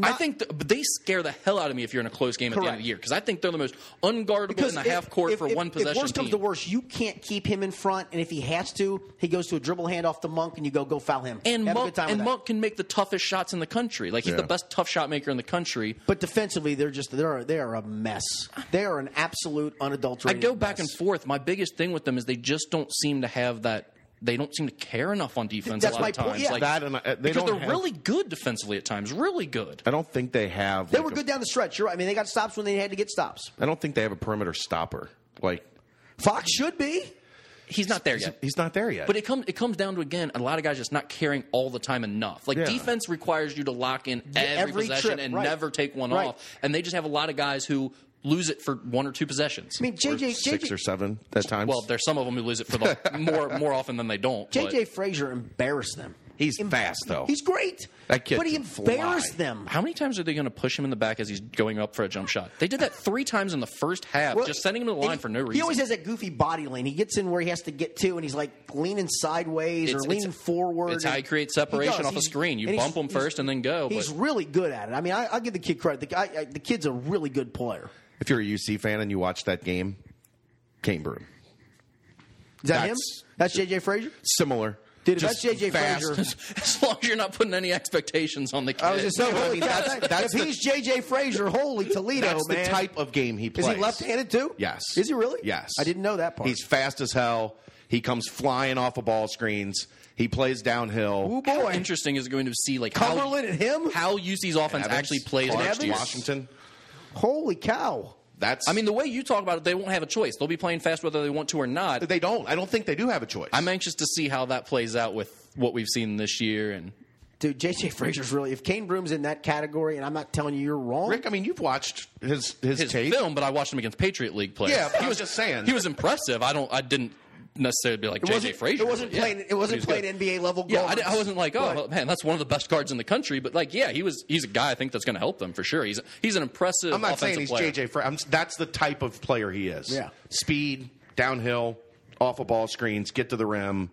I think th- but they scare the hell out of me if you're in a close game at the end Correct. of the year because I think they're the most unguardable in the if- half court if- for if- one possession. If worst comes team. to worst, you can't keep him in front, and if he has to, he goes to a dribble handoff to Monk, and you go go foul him. And have a Monk, good time and with that. Monk can make the toughest shots in the country. Like he's Yeah. the best tough shot maker in the country. But defensively, they're just they're they are a mess. They are an absolute I unadulterated. go back mess. and forth. My biggest thing with them is they just don't seem to have that. They don't seem to care enough on defense. That's a lot my of point, times. yeah. like, That and I- they because don't they're have- really good defensively at times. Really good. I don't think they have They like, were a- good down the stretch. You're right. I mean, they got stops when they had to get stops. I don't think they have a perimeter stopper. Like Fox should be. He's not there yet. he's not there yet. But it comes it comes down to again a lot of guys just not caring all the time enough. Like Yeah. defense requires you to lock in every, every possession trip, and right. never take one Right. off. And they just have a lot of guys who lose it for one or two possessions. I mean, Or JJ six JJ, or seven at times. well, there's some of them who lose it for the more more often than they don't. but- JJ Frazier embarrassed them. He's Em- fast, though. He's great. That kid but he can embarrassed fly. them. How many times are they going to push him in the back as he's going up for a jump shot? They did that three times in the first half, Well, just sending him to the and line he- for no reason. He always has that goofy body lane. He gets in where he has to get to, and he's like leaning sideways It's- or it's- leaning forward. it's how he creates separation does. off a He's- screen. You and he's- bump him he's- first and then go, He's but- really good at it. I mean, I, I'll give the kid credit. The, guy, I, the kid's a really good player. if you're a UC fan and you watch that game, Camber Is that That's- him? That's JJ Frazier. similar. Dude, if Just that's JJ fast. Frazier. as long as you're not putting any expectations on the kid. I was just saying, No, I holy mean, cow, that's- thank- that's if the- he's JJ Frazier, holy Toledo, That's man. the type of game he Is plays. he left-handed too? Yes. Is he really? Yes. I didn't know that part. He's fast as hell. He comes flying off of ball screens. He plays Ooh, downhill. boy. How interesting is it going to see like Cumberland and him? how, how UC's offense Evans, actually plays Clark, next year. Washington. Holy cow. That's. I mean, the way you talk about it, they won't have a choice. They'll be playing fast whether they want to or not. they don't. I don't think they do have a choice. I'm anxious to see how that plays out with what we've seen this year and Dude, JJ Frazier's really. If Kane Broom's in that category, and I'm not telling you you're wrong, Rick. I mean, you've watched his his, his tape. film, but I watched him against Patriot League players. Yeah, but I was just saying. he was impressive. I don't, I didn't necessarily be like JJ wasn't- Frazier. it wasn't but yeah, playing- it wasn't but he was playing NBA good. level Yeah, I, guards. di- I wasn't like, oh Right. man, that's one of the best guards in the country. But like, yeah, he was. He's a guy I think that's going to help them for sure. He's he's an impressive. I'm not offensive saying he's player. JJ. Fra- I'm, that's the type of player he is. Yeah. Speed, downhill, off of ball screens, get to the rim.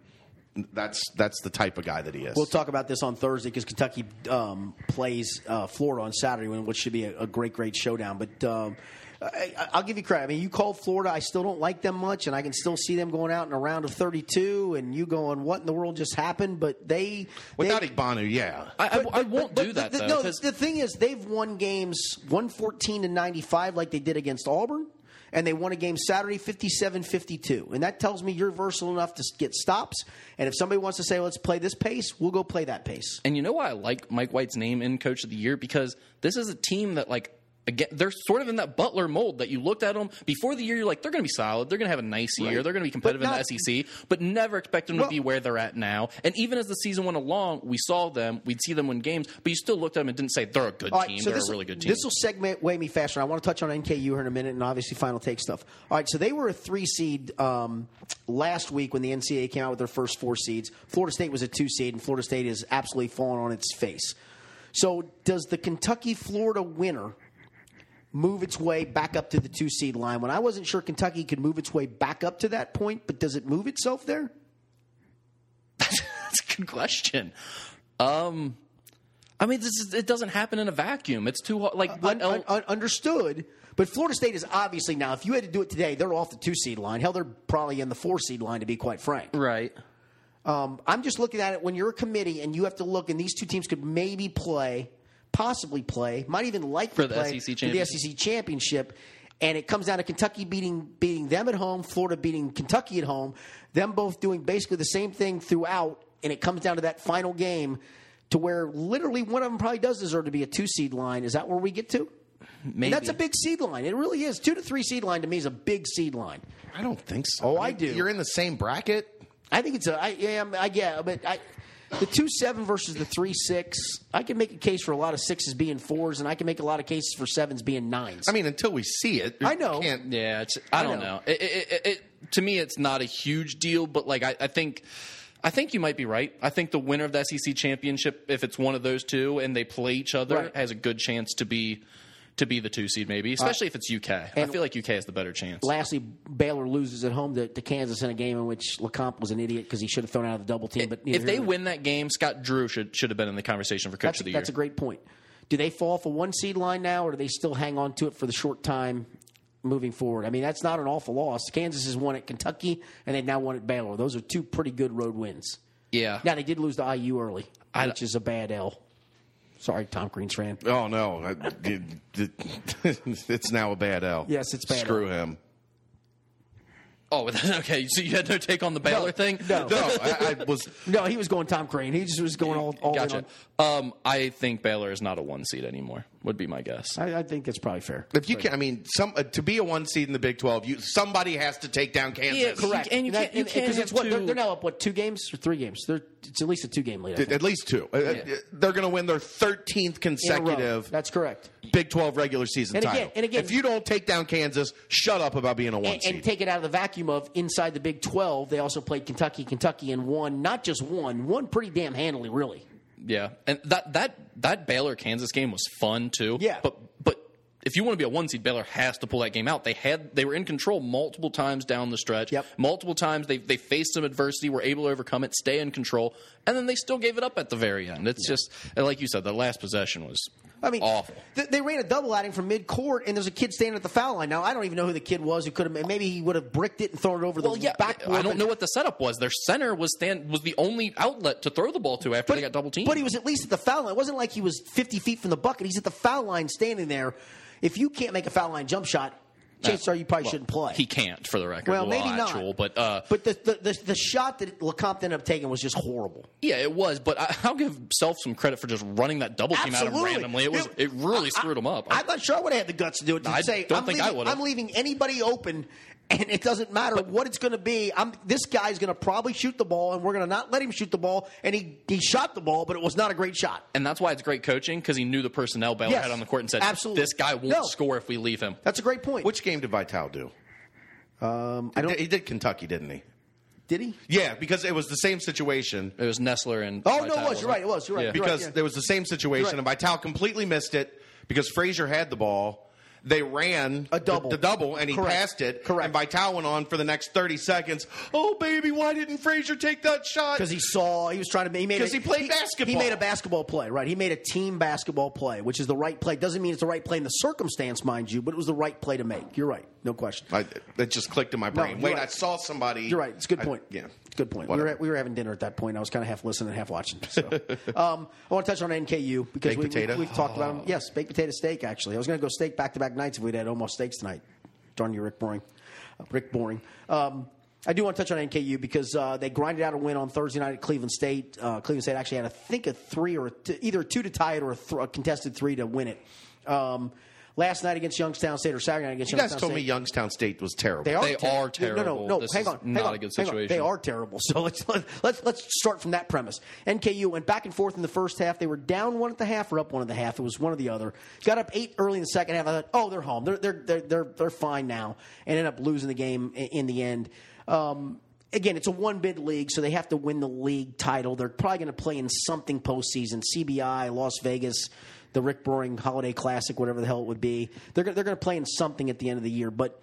That's that's the type of guy that he is. we'll talk about this on Thursday because Kentucky um, plays uh, Florida on Saturday, when- which should be a, a great, great showdown. But um, I, I- I'll give you credit. I mean, you called Florida. I still don't like them much, and I can still see them going out in a round of 32, and you going, "What in the world just happened?" But they Without they, Igbanu, yeah. I, I- I won't But do that the, though. no, 'cause- the thing is, they've won games 114 to 95 like they did against Auburn, and they won a game Saturday 57-52. And that tells me you're versatile enough to get stops. And if somebody wants to say, let's play this pace, we'll go play that pace. And you know why I like Mike White's name in Coach of the Year because this is a team that like again they're sort of in that Butler mold that you looked at them before the year you're like they're going to be solid they're going to have a nice year they're going to be competitive But not- in the SEC but never expect them Well- to be where they're at now and even as the season went along we saw them we'd see them win games but you still looked at them and didn't say they're a good All right, team so they're this- a really good team This will segment way me faster. I want to touch on NKU here in a minute, and obviously final take stuff. All right, so they were a three seed um, last week when the NCAA came out with their first four seeds. Florida State was a two seed, and Florida State is absolutely fallen on its face. So, does the Kentucky Florida winner move its way back up to the two seed line? When I wasn't sure Kentucky could move its way back up to that point, but does it move itself there? that's a good question um I mean this is it doesn't happen in a vacuum it's too hard like what un- el- un- un- understood. But Florida State is obviously now. If you had to do it today, they're off the two seed line. Hell, they're probably in the four seed line. To be quite frank, right um, I'm just looking at it when you're a committee and you have to look, and these two teams could maybe play, possibly play, might even like For the play SEC for the championship. SEC championship. and it comes down to Kentucky beating beating them at home, Florida beating Kentucky at home, them both doing basically the same thing throughout, and it comes down to that final game to where literally one of them probably does deserve to be a two seed line. Is that where we get to? Maybe. And that's a big seed line. It really is. Two to three seed line to me is a big seed line. I don't think so. Oh, I do. You're in the same bracket. I think it's a. I yeah, I'm- I yeah, but I. The two seven versus the three six. I can make a case for a lot of sixes being fours, and I can make a lot of cases for sevens being nines. I mean, until we see it, I know. you can't- Yeah, it's, I, don't know. know. It, it, it, it, to me, it's not a huge deal, but like I, I think. I think you might be right. I think the winner of the SEC championship, if it's one of those two and they play each other, Right. Uh, has a good chance to be to be the two seed, maybe. Especially if it's UK. I And- feel like UK has the better chance. Lastly, Baylor loses at home to, to Kansas in a game in which LeCompte was an idiot because he should have thrown out of the double team. But neither if they here nor- win that game, Scott Drew should should have been in the conversation for coach that's, of the year. that's a great point. Do they fall for one seed line now, or do they still hang on to it for the short time moving forward? I mean, that's not an awful loss. Kansas has won at Kentucky, and they've now won at Baylor. Those are two pretty good road wins. yeah. Now they did lose to IU early, which is a bad L. Sorry, Tom Greenspan. Oh no, I- it- it- it's now a bad L. Yes, it's bad Screw him. Oh, okay. So you had no take on the Baylor thing? No, No, I, I was. no, he was going Tom Crane. He just was going all, all in Gotcha. on- Um, I think Baylor is not a one seed anymore. Would be my guess. I, I think that's probably fair. If you can, I mean, some uh, to be a one seed in the Big Twelve, you somebody has to take down Kansas. Yeah, correct. And you that- can't- you and- can't because it's have what they're, two- they're now up what two games or three games? They're it's at least a two game lead. I think. At least two. Uh, uh, They're going to win their thirteenth In a row. consecutive That's correct. Big Twelve regular season And again- title. and again- if you don't take down Kansas, shut up about being a one And, seed. and take it out of the vacuum of inside the Big Twelve. They also played Kentucky, Kentucky, and won not just one, one pretty damn handily, really. Yeah, and that that that Baylor Kansas game was fun too. Yeah. but but if you want to be a one seed, Baylor has to pull that game out. They had they were in control multiple times down the stretch. Yep. multiple times they they faced some adversity, were able to overcome it, stay in control, and then they still gave it up at the very end. It's just and like you said, the last possession was I mean, awful. th- they ran a double at him from mid court, and there's a kid standing at the foul line. Now I don't even know who the kid was who could have. Maybe he would have bricked it and thrown it over Well, the yeah, backboard. I don't but- know what the setup was. Their center was stand was the only outlet to throw the ball to after they got double teamed. But he was at least at the foul line. It wasn't like he was 50 feet from the bucket. He's at the foul line standing there. If you can't make a foul line jump shot, chances are you probably shouldn't play. he can't for the record. well, maybe Well, not. actual, but uh, but the, the, the, the shot that LeCompte ended up taking was just horrible. Yeah, it was, but I, I'll give self some credit for just running that double team out of him Absolutely. randomly. It was it really screwed him up. I'm not sure I would have had the guts to do it. To I say, don't I'm think I leaving, would've. I'm leaving anybody open, and it doesn't matter what it's going to be. I'm, this guy's going to probably shoot the ball, and we're going to not let him shoot the ball. And he, he shot the ball, but it was not a great shot. and that's why it's great coaching because he knew the personnel Baylor Yes, had on the court and said, absolutely. "This guy won't No. score if we leave him." That's a great point. Which game did Vital do? Um, I don't- he did Kentucky, didn't he? did he? Yeah, because it was the same situation. It was Nestler and Oh, no, it Vitale, was. You're right. It was. You're right. Yeah. You're because right, yeah. there was the same situation, Right. and Vital completely missed it because Frazier had the ball. They ran A double. the, the double, and he Correct. passed it. Correct. And Vital went on for the next thirty seconds. Oh baby, why didn't Frazier take that shot? because he saw he was trying to he made 'Cause a- he played basketball. He made a basketball play, right? He made a team basketball play, which is the right play. Doesn't mean it's the right play in the circumstance, mind you, but it was the right play to make. You're right, no question. I, that just clicked in my brain. you're Wait, right. I saw somebody. You're right. It's a good I- point. yeah, It's a good point. We Whatever. were, at- we were having dinner at that point. I was kind of half listening and half watching. So. um, I want to touch on NKU because Baked we, potato? Oh. have talked about them. Yes, baked potato steak. Actually, I was going to go steak back to back nights if we'd had almost steaks tonight. Darn you, Rick Boring. Uh, Rick Boring. Um, I do want to touch on NKU because uh, they grinded out a win on Thursday night at Cleveland State. Uh, Cleveland State actually had, I think, a three or a t- either a two to tie it or a, th- a contested three to win it. Um, last night against Youngstown State or Saturday night against you guys Youngstown told State. me Youngstown State was terrible. They are, They ter- are No, no, terrible. no. This hang is on. hang not on, a good hang on. They situation. are terrible. So let's let's let's start from that premise. NKU went back and forth in the first half. They were down one at the half or up one at the half. It was one or the other. Got up eight early in the second half. I thought, oh, they're home. They're they're they're they're, they're fine now. And end up losing the game i- in the end. Um, again, it's a one bid league, so they have to win the league title. They're probably going to play in something postseason. CBI, Las Vegas, the Rick Boring Holiday Classic, whatever the hell it would be. They're go- they're going to play in something at the end of the year, but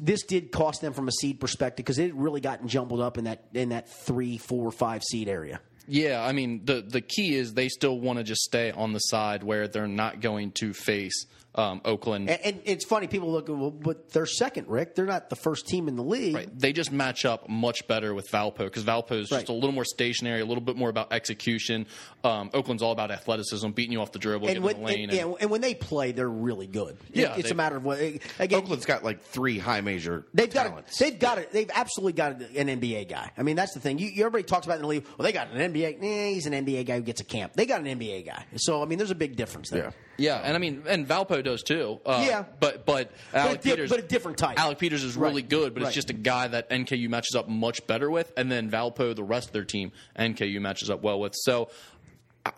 this did cost them from a seed perspective because it had really gotten jumbled up in that in that three, four, five seed area. Yeah, I mean the the key is they still want to just stay on the side where they're not going to face um, Oakland. And, and it's funny, people look, well, but they're second, Rick. They're not the first team in the league. Right. They just match up much better with Valpo because Valpo is Right. just a little more stationary, a little bit more about execution. Um, Oakland's all about athleticism, beating you off the dribble, And getting in when, the lane. and, and- yeah, and when they play, they're really good. It- Yeah, it's they- a matter of what. Again, Oakland's got like three high major They've got talents. it. They've got it. They've absolutely got an NBA guy. I mean, that's the thing. You, you everybody talks about in the league. Well, they got an NBA. Eh, he's an NBA guy who gets a camp. They got an NBA guy. So I mean, there's a big difference there. Yeah. Yeah, and I mean, and Valpo does too. Uh, Yeah. but but Alec a di- Peters, but a different type. Alec Peters is really Right, good, but right. it's just a guy that NKU matches up much better with, and then Valpo, the rest of their team, NKU matches up well with. So. I-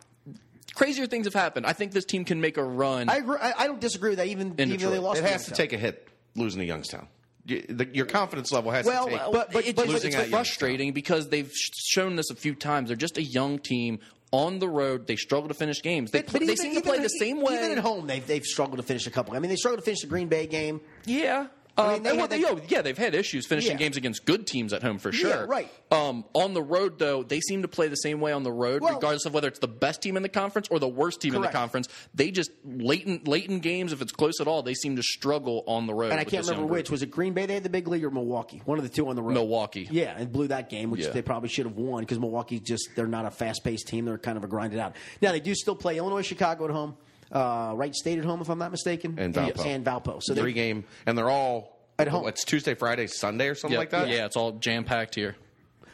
Crazier things have happened. I think this team can make a run. I agree. I, I don't disagree with that. Even even though they Detroit. lost, It has to Youngstown. take a hit losing to Youngstown. Y- the- Your confidence level has Well, to take. uh, but but, It- but losing it's out frustrating because they've sh- shown this a few times. They're just a young team on the road. They struggle to finish games. They, But- play- but they even- seem to play even- the same way. Even at home, they've they've struggled to finish a couple. I mean, they struggled to finish the Green Bay game. Yeah. mean, Um, they and had well, that- yo, yeah, they've had issues finishing Yeah. games against good teams at home for sure. right. Um, on the road, though, they seem to play the same way on the road, Well- regardless of whether it's the best team in the conference or the worst team in Correct. the conference. They just late in, late in games, if it's close at all, they seem to struggle on the road. And I with can't this young remember group. which was it. Green Bay they had the big league or Milwaukee. One of the two on the road. Milwaukee. Yeah, and blew that game, which Yeah. they probably should have won because Milwaukee's just they're not a fast paced team. They're kind of a grinded out. Now they do still play Illinois, Chicago at home, uh, Wright State at home, if I'm not mistaken, And Valpo. and Valpo. So three they, game, and they're all At home. It's Tuesday, Friday, Sunday, or something Yeah, like that. yeah, it's all jam packed here.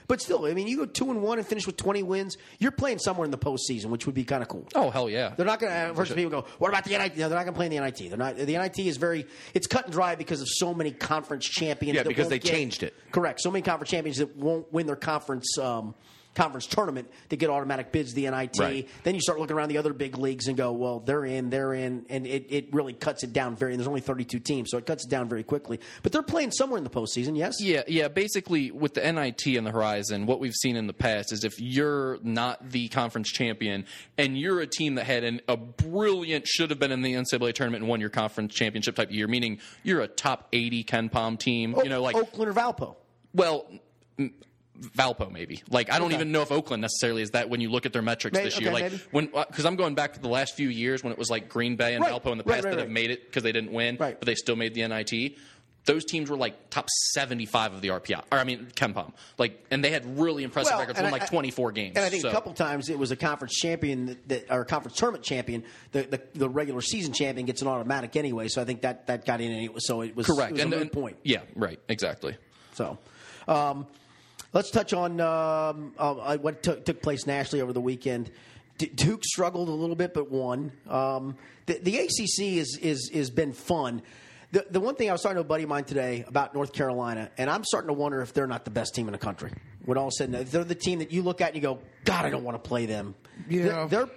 but still, I mean, you go two and one and finish with 20 wins. You're playing somewhere in the postseason, which would be kind of cool. Oh hell yeah! They're not going to. First, people go, "What about the NIT?" No, they're not going to play in the NIT. They're not. The NIT is very. It's cut and dry because of so many conference champions. Yeah, that because won't they get- changed it. Correct. So many conference champions that won't win their conference. Um, Conference tournament that get automatic bids to the NIT. Right. Then you start looking around the other big leagues and go, well, they're in, they're in, and it, it really cuts it down very. And there's only 32 teams, so it cuts it down very quickly. But they're playing somewhere in the postseason, yes. Yeah, yeah. Basically, with the NIT on the horizon, what we've seen in the past is if you're not the conference champion and you're a team that had an, a brilliant, should have been in the NCAA tournament and won your conference championship type year, meaning you're a top 80 Ken Palm team, Oh, you know, like, Oakland or Valpo. well, m- Valpo maybe. Like, I don't even know if Oakland necessarily is that when you look at their metrics May- this year. okay, like, maybe. when because I'm going back to the last few years when it was like Green Bay and Right, Valpo in the right, past right, that right. have made it because they didn't win, Right. but they still made the NIT. Those teams were like top 75 of the RPI, or I mean Kempom. Like, and they had really impressive records and in I- like 24 games. And I think So- a couple times it was a conference champion that, that or a conference tournament champion. The, the the regular season champion gets an automatic anyway. So I think that that got in. And it was, so it was correct. It was and a moot and- point. Yeah, right. Exactly. So. Um, Let's touch on um, uh, what took, took place nationally over the weekend. D- Duke struggled a little bit, but won. Um, the, the ACC is is is been fun. The, the one thing I was talking to a buddy of mine today about North Carolina, and I'm starting to wonder if they're not the best team in the country. When all is said and done, if they're the team that you look at and you go, God, I don't want to play them. Yeah. They're, they're-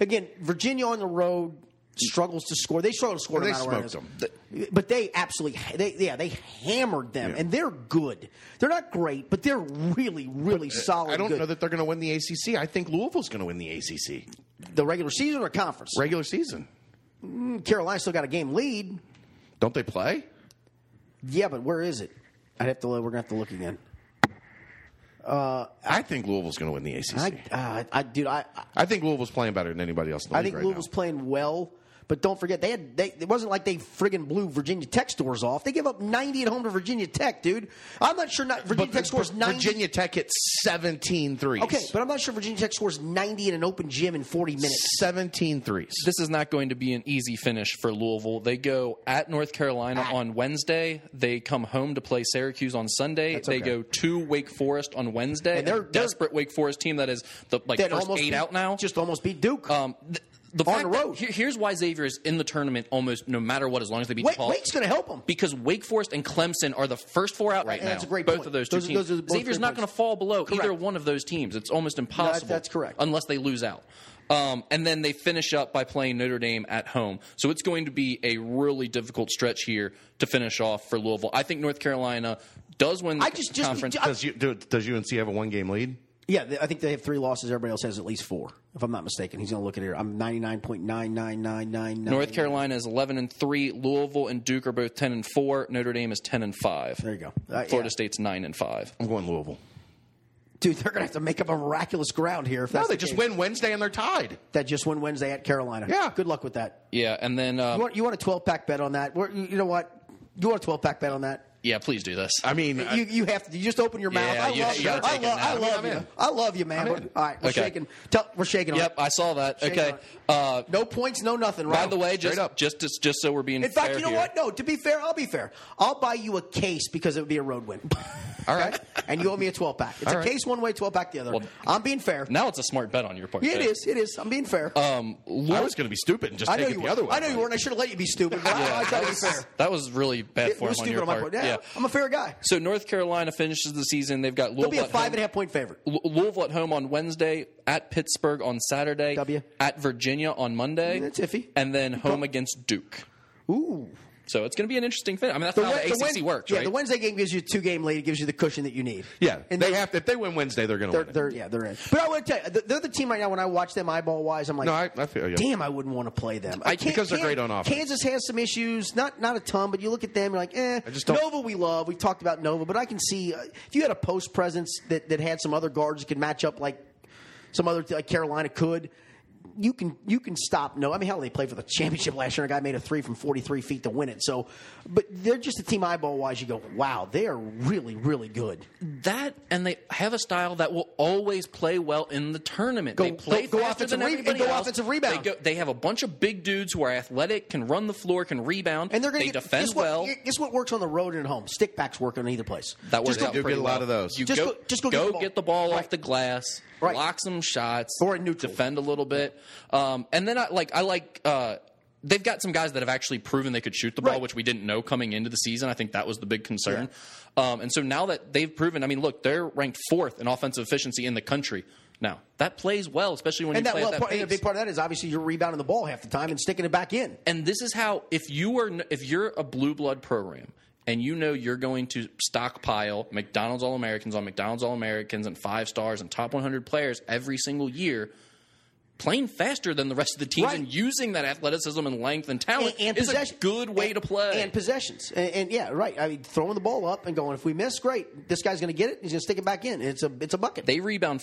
again Virginia on the road struggles to score. They struggle to score. no They matter where it smoked is. but they absolutely, they, yeah, they hammered them, and they're good. They're not great, but they're really, really solid. uh, I don't good. know that they're going to win the ACC. I think Louisville's going to win the ACC the regular season or conference. regular season. Carolina still got a game lead. Don't they play? Yeah, but where is it? I'd have to. We're gonna have to look again. I think Louisville's going to win the ACC. I, I, uh, I dude, I, I- think Louisville's playing better than anybody else. In the I league think right Louisville's now. playing well. But don't forget, they had they, it wasn't like they friggin' blew Virginia Tech stores off. They give up ninety at home to Virginia Tech, dude. I'm not sure. Not, Virginia Tech scores ninety. Virginia Tech hit 17 threes. Okay, but I'm not sure Virginia Tech scores 90 in an open gym in 40 minutes. 17 threes. this is not going to be an easy finish for Louisville. They go at North Carolina Ah. on Wednesday. They come home to play Syracuse on Sunday. They go to Wake Forest on Wednesday. And they're- a desperate Wake Forest team that is the like That first eight beat, out now. Just almost beat Duke. um, th- the on fact the that- road. here- here's why Xavier is in the tournament almost no matter what, as long as they beat Wake, DePaul. Wake's going to help them. because Wake Forest and Clemson are the first four out right And now. that's a great both point. of those two Those are- teams. those are both Xavier's great not going to points. fall below either Correct. one of those teams. It's almost impossible. that's correct. Unless they lose out. Um, and then they finish up by playing Notre Dame at home. So it's going to be a really difficult stretch here to finish off for Louisville. I think North Carolina does win the I just- just- conference. I- does, you, do, does UNC have a one game lead? Yeah, they- I think they have three losses. Everybody else has at least four, if I'm not mistaken. He's going to look at it here. I'm 99.99999. North Carolina is 11 and 3. Louisville and Duke are both 10 and 4. Notre Dame is 10 and 5. There you go. Uh, yeah. Florida State's 9 and 5. I'm going Louisville. Dude, they're going to have to make up a miraculous ground here. If No, that's they the just case. win Wednesday and they're tied. That just won Wednesday at Carolina. Yeah. Good luck with that. Yeah, and then um, You want, you want a 12 pack bet on that? We're, you you know what? You want a 12 pack bet on that? yeah, please do this. I mean, I- you, you have to. You just open your mouth. Yeah, I you- love you you. I, gotta take it love, now. I I mean, love I'm you. in. I love you, man. I'm We're- in. all right, we're Okay. shaking. Tell, we're shaking. on yep, it. I saw that. Shame okay. on it. Uh, no points, no nothing. by Right? the way, just just just just so we're being in fact, fair you know here. what? No, to be fair, I'll be fair. I'll buy you a case because it would be a road win. all right. and you owe me a twelve pack. It's All a right. case one way, twelve pack the other. Well, I'm being fair. Now it's a smart bet on your part. Yeah, it too. is. It is. I'm being fair. Um, Lord, I was going to be stupid and just I know you take it the weren't. other way. I know you but- weren't. I should have let you be stupid, but I, I try to be fair. that was really bad It form was on stupid your on my part. part. Yeah. Yeah, I'm a fair guy. So North Carolina finishes the season. They've got They'll Louisville be a at five home. and a half point favorite. L- Louisville at home on Wednesday, at Pittsburgh on Saturday, W. at Virginia on Monday. That's iffy. And then home against Duke. Ooh. So it's going to be an interesting fin. I mean, that's how the, Wed- ACC Wed- works, yeah, right? the Wednesday game gives you a two game lead. It gives you the cushion that you need. Yeah, and they have to. If they win Wednesday, they're going They're, to win. it. they're yeah, they're in. But I want to tell you, th- they're the team right now. When I watch them eyeball wise, I'm like, No, I- I feel you. Damn, I wouldn't want to play them. I can't- because they're can't- great on offense. Kansas has some issues, not not a ton, but you look at them, you're like, eh. I just don't- Nova, we love. We've talked about Nova, but I can see uh, if you had a post presence that that had some other guards that could match up like some other like Carolina could. You can you can stop no. I mean, hell, they played for the championship last year. and A guy made a three from forty three feet to win it. So, but they're just a team eyeball wise. You go, wow, they are really really good. that and they have a style that will always play well in the tournament. they play go- go faster offensive than re- everybody and go else. offensive rebound. They, they have a bunch of big dudes who are athletic, can run the floor, can rebound, And they're going they to defend guess what, well. Guess what works on the road and at home? Stickbacks work on either place. that works They out do pretty get a well. lot of those. You Just go, go- just go get get, the ball. the ball Right. off the glass, Right. block some shots, Or in neutral. defend a little bit, um, and then I like I like. Uh, They've got some guys that have actually proven they could shoot the ball, Right. which we didn't know coming into the season. I think that was the big concern. Um, and so now that they've proven, I mean, look, they're ranked fourth in offensive efficiency in the country now. That plays well, especially when and you that play well, at that part, and pace. a big part of that is obviously you're rebounding the ball half the time and sticking it back in. and this is how if you are if you're a blue blood program and you know you're going to stockpile McDonald's All Americans on McDonald's All Americans and five stars and top 100 players every single year. Playing faster than the rest of the teams Right. and using that athleticism and length and talent is a possession- good way and- to play. And possessions. And, and yeah, right. I mean, throwing the ball up and going, if we miss, great. This guy's going to get it. He's going to stick it back in. It's a it's a bucket. they rebound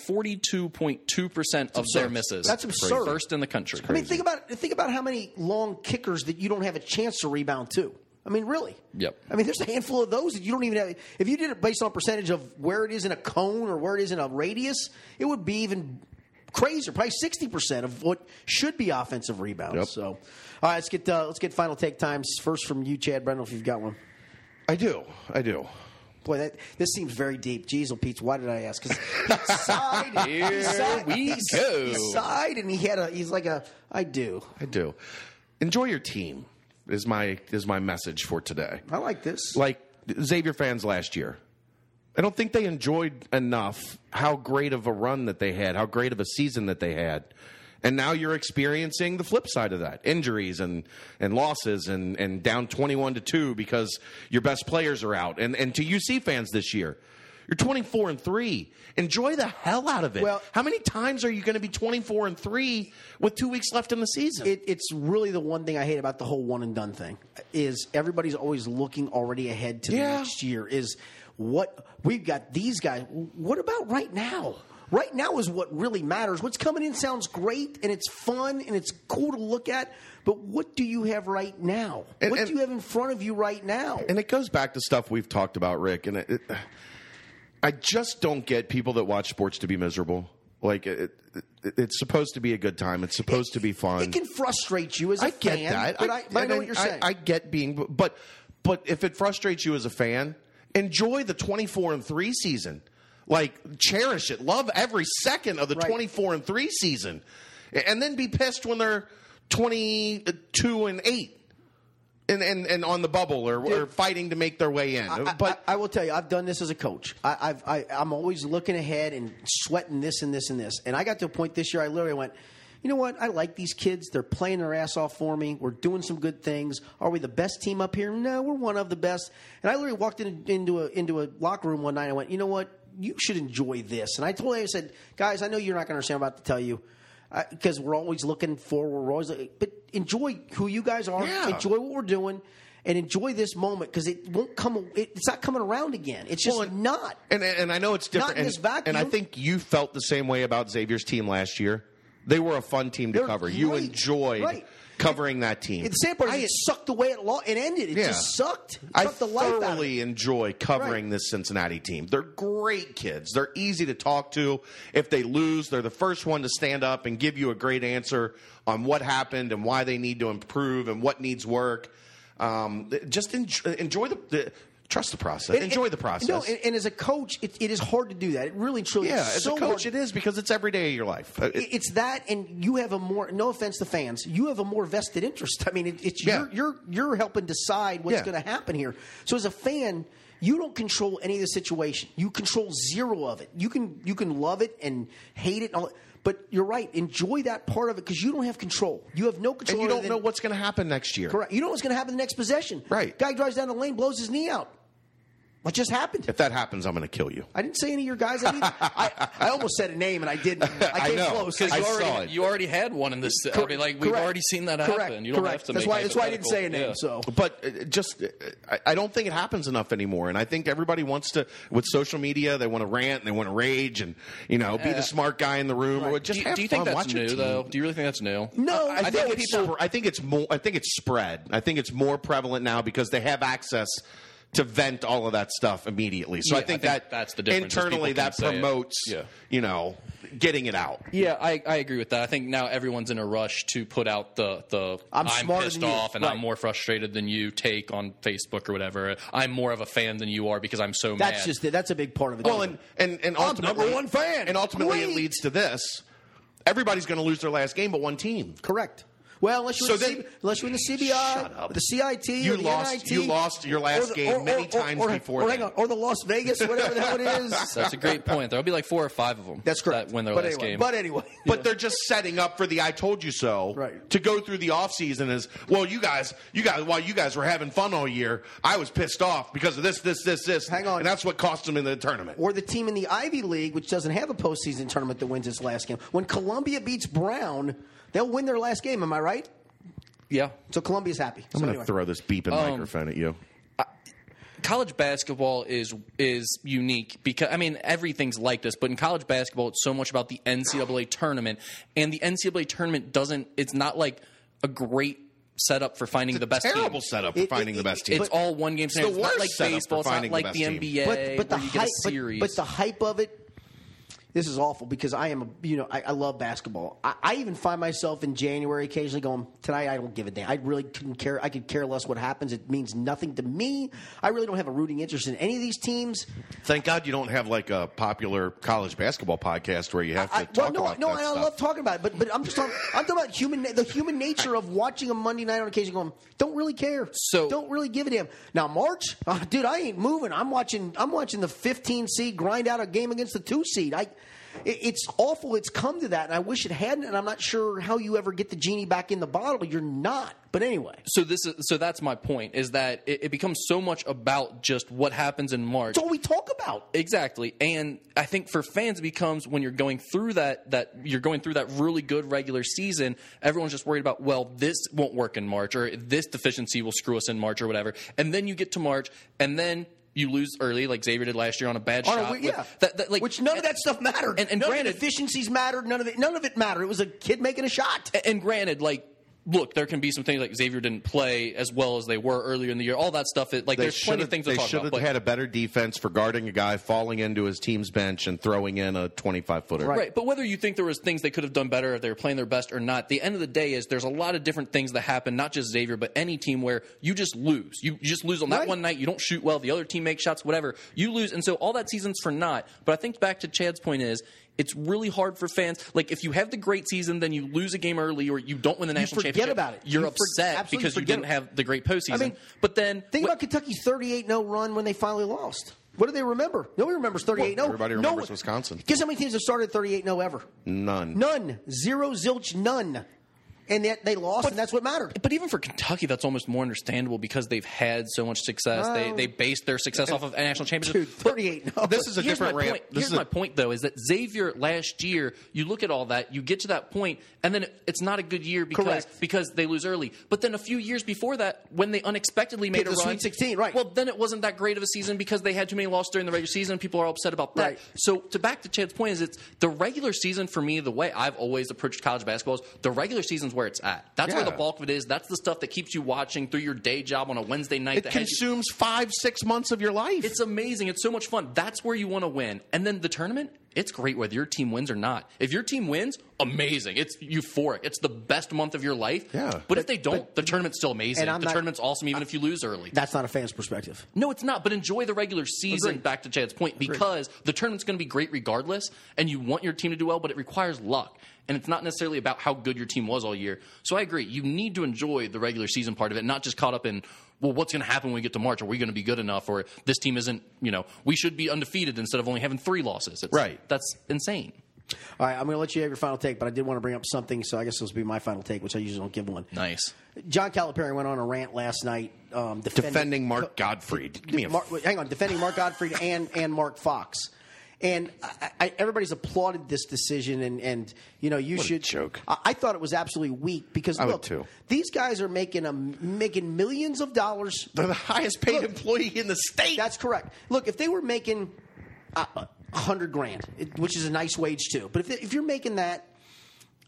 42.2 percent of their misses. That's absurd. First in the country. I mean, think about think about how many long kickers that you don't have a chance to rebound to. I mean, really. Yep. I mean, there's a handful of those that you don't even have. If you did it based on percentage of where it is in a cone or where it is in a radius, it would be even crazier. Probably sixty percent of what should be offensive rebounds. Yep. So, all right, let's get uh, let's get final take times first from you, Chad Brendel, if you've got one. I do. I do. Boy, that this seems very deep. Jeez, oh, Pete, why did I ask? Because he sighed. he Here sighed, we he, s- go. He sighed, and he had a. He's like a. I do. I do. Enjoy your team. Is my is my message for today. I like this. Like Xavier fans last year, I don't think they enjoyed enough how great of a run that they had, how great of a season that they had. And now you're experiencing the flip side of that injuries and, and losses and, and down 21 to 2 because your best players are out. And, and to UC fans this year, you're 24 and 3. Enjoy the hell out of it. Well- how many times are you going to be 24 and 3 with two weeks left in the season? it, it's really the one thing I hate about the whole one and done thing is everybody's always looking already ahead to the Yeah. next year. Is what we've got these guys. What about right now? Right now is what really matters. What's coming in sounds great and it's fun and it's cool to look at, but what do you have right now? And- what and- do you have in front of you right now? and it goes back to stuff we've talked about, Rick. And it, it, I just don't get people that watch sports to be miserable. Like it, it, it's supposed to be a good time. It's supposed to be fun. it can frustrate you as a I get fan, that. but I, but I know and what you're saying. I get being, but but if it frustrates you as a fan, enjoy the 24 and three season. Like cherish it. Love every second of the Right. 24 and three season, A- and then be pissed when they're 22 and eight. And, and, and on the bubble or, or fighting to make their way in. I- but I, I will tell you, I've done this as a coach. I, I've, I, I'm always looking ahead and sweating this and this and this. And I got to a point this year, I literally went, you know what? I like these kids. They're playing their ass off for me. We're doing some good things. Are we the best team up here? No, we're one of the best. And I literally walked in, into a into a locker room one night. and I went, you know what? You should enjoy this. And I told I said, guys, I know you're not going to understand. what I'm about to tell you. uh, Because we're always looking forward, we're always, but enjoy who you guys are. Yeah. Enjoy enjoy what we're doing. and enjoy this moment because it won't come. It, it's not coming around again. It's just Well, and- not. And and I know it's different. Not in and, this vacuum. and I think you felt the same way about Xavier's team last year. They were a fun team to They're cover. You great. enjoyed Right. covering that team. And the sad part is it sucked away at law. It ended. It Yeah. just sucked. It I sucked the life out of it. thoroughly enjoy covering Right. this Cincinnati team. They're great kids. They're easy to talk to. If they lose, they're the first one to stand up and give you a great answer on what happened and why they need to improve and what needs work. Um, just enjoy, enjoy the, the trust the process. And- enjoy and- the process. No, and, and as a coach, it, it is hard to do that. It really, truly, yeah, it's as so a hard. coach, it is because it's every day of your life. Uh, it- It- It's that, and you have a more. No offense to fans, you have a more vested interest. I mean, it, it's Yeah. you're, you're you're helping decide what's Yeah. going to happen here. So as a fan, you don't control any of the situation. You control zero of it. You can you can love it and hate it, and all, that, but you're right. Enjoy that part of it because you don't have control. You have no control. and you other don't than- know what's going to happen next year. Correct. You know what's going to happen the next possession. Right. Guy drives down the lane, blows his knee out. What just happened? If that happens, I'm going to kill you. I didn't say any of your guys. I, didn't, I, I almost said a name and I didn't. I I came know, close. 'cause Because you I already saw it. you already had one in this. I mean, like we've Correct. already seen that Correct. happen. You don't Correct. have to. That's make why. That's why I didn't say a name. hypotheticals. So But uh, just, uh, I- I don't think it happens enough anymore. And I think everybody wants to, with social media, they want to rant and they want to rage and, you know, be the smart guy in the room. Or Yeah. just Uh, Do, you- have do you fun. think that's Watch your new team. though? Do you really think that's new? no, I no, think it's people. sp- I think it's more. I think it's spread. I think it's more prevalent now because they have access to vent all of that stuff immediately. So Yeah, I, think I think that that's the difference, is Internally, people can that say it. promotes, Yeah. you know, getting it out. Yeah, I, I agree with that. I think now everyone's in a rush to put out the the I'm smarter pissed than you." off and Right. I'm more frustrated than you take on Facebook or whatever. I'm more of a fan than you are because I'm so mad. That's just it. That's a big part of it. Well, and and and ultimately, number one fan. And ultimately, it Great. leads to this: everybody's going to lose their last game, but one team. correct. Well, unless you're So in the then- C- unless you're in the CBI, Shut up. the CIT, You or the lost- NIT, you lost your last or the- game or- many or- times or, before Or, hang that. on, or the Las Vegas, whatever the hell it is. That's a great point. There'll be like four or five of them. That's correct. That win their but last anyway, game. But anyway, But they're just setting up for the "I told you so" Right. to go through the offseason as well. You guys, you guys, while you guys were having fun all year, I was pissed off because of this, this, this, this. Hang on. and that's what cost them in the tournament. or the team in the Ivy League, which doesn't have a postseason tournament that wins its last game. When Columbia beats Brown, they'll win their last game. Am I right? yeah. So Columbia's happy. I'm so going to anyway. Um, throw this beeping microphone at you. college basketball is is unique because I mean everything's like this, but in college basketball, it's so much about the NCAA tournament, and the NCAA tournament doesn't. It's not like a great setup for finding the best Terrible team. setup for It- finding it- the best team. It's all one game. It's, the it's not worst like setup for baseball. It's not finding the like best the, team. NBA. but but the where you get hype a but- series. But, the hype of it. This is awful because I am a you know I, I love basketball. I, I even find myself in January occasionally going tonight I don't give a damn. I really couldn't care. I could care less what happens. It means nothing to me. I really don't have a rooting interest in any of these teams. Thank God you don't have like a popular college basketball podcast where you have to I, well, talk no, about no, that I stuff. love talking about it, but but I'm just talking. I'm talking about human na- the human nature of watching a Monday night on occasion. Going, don't really care. So- don't really give a damn. Now March, uh, dude, I ain't moving. I'm watching. I'm watching the 15 seed grind out a game against the two seed. I. it- It's awful. It's come to that, and I wish it hadn't. And I'm not sure how you ever get the genie back in the bottle. You're not. But anyway, it's so this is so that's my point is that it, it becomes so much about just what happens in March. all we talk about. Exactly, and I think for fans, it becomes when you're going through that that you're going through that really good regular season. Everyone's just worried about well, this won't work in March, or this deficiency will screw us in March, or whatever. And then you get to March, and then you lose early, like Xavier did last year on a bad On a shot. we- with- yeah. that, that, like, Which none of and- that stuff mattered. and- and none of granted- the deficiencies mattered. None of it. None of it mattered. It was a kid making a shot. and granted, like. Look, there can be some things like Xavier didn't play as well as they were earlier in the year. All that stuff, it, like They there's plenty should've- of things they to talk should about. have but- had a better defense for guarding a guy falling into his team's bench and throwing in a 25 footer. Right. Right, but whether you think there was things they could have done better if they were playing their best or not, the end of the day is there's a lot of different things that happen, not just Xavier, but any team where you just lose. You, you just lose on that Right. one night. You don't shoot well. The other team makes shots, whatever. You lose, and so all that season's for naught. But I think back to Chad's point is it's really hard for fans. Like if you have the great season, then you lose a game early or you don't win the national forget championship. about it. You're You for- upset absolutely because you forget didn't it. have the great postseason. I mean, but then Think wh- about Kentucky's 38 0 run when they finally lost. What do they remember? Nobody remembers oh. 38 0. Well, everybody remembers Wisconsin. Guess how many teams have started 38 0 ever? None. None. Zero, zilch, none. and yet they lost, and that's what mattered. But even for Kentucky, that's almost more understandable because they've had so much success. they Well, uh, they based their success off of a national championship. Dude, thirty-eight. and oh. 0. This is a Here's different my ramp. point. This Here's is a- my point, though, is that Xavier last year, you look at all that, you get to that point, and then it- it's not a good year because Correct. because they lose early. But then a few years before that, when they unexpectedly made Hit a the Sweet run, 16, right. Well, then it wasn't that great of a season because they had too many losses during the regular season. People are upset about that. Right. So to back to Chad's point, is it's the regular season for me. The way I've always approached college basketball is the regular season's where it's at. That's where Yeah. the bulk of it is. That's the stuff that keeps you watching through your day job on a Wednesday night. It that has you- consumes Oh, five, six months of your life. it's amazing. It's so much fun. That's where you want to win. And then the tournament, it's great whether your team wins or not. If your team wins, amazing. It's euphoric. It's the best month of your life. Yeah. But, if they don't, the tournament's still amazing. And The I'm not- tournament's awesome even if you lose early. That's not a fan's perspective. no, it's not. But enjoy the regular season, Agreed. back to Chad's point, because the tournament's going to be great regardless. And you want your team to do well, but it requires luck. And it's not necessarily about how good your team was all year. So I agree. You need to enjoy the regular season part of it, not just caught up in, well, what's going to happen when we get to March? Are we going to be good enough? Or this team isn't, you know, we should be undefeated instead of only having three losses. It's, Right. That's insane. All right, I'm going to let you have your final take, but I did want to bring up something, so I guess this will be my final take, which I usually don't give one. Nice. John Calipari went on a rant last night, um, defending, defending Mark Gottfried. Give me a Mark, wait, hang on, defending Mark Godfrey and, and Mark Fox. And I, I, everybody's applauded this decision, and, and you know you a should joke. I, I thought it was absolutely weak because I would look, too. these guys are making a, making millions of dollars They're the highest paid Look, employee in the state. That's correct. Look, if they were making uh, a hundred grand, it- which is a nice wage too, but if, if you're making that,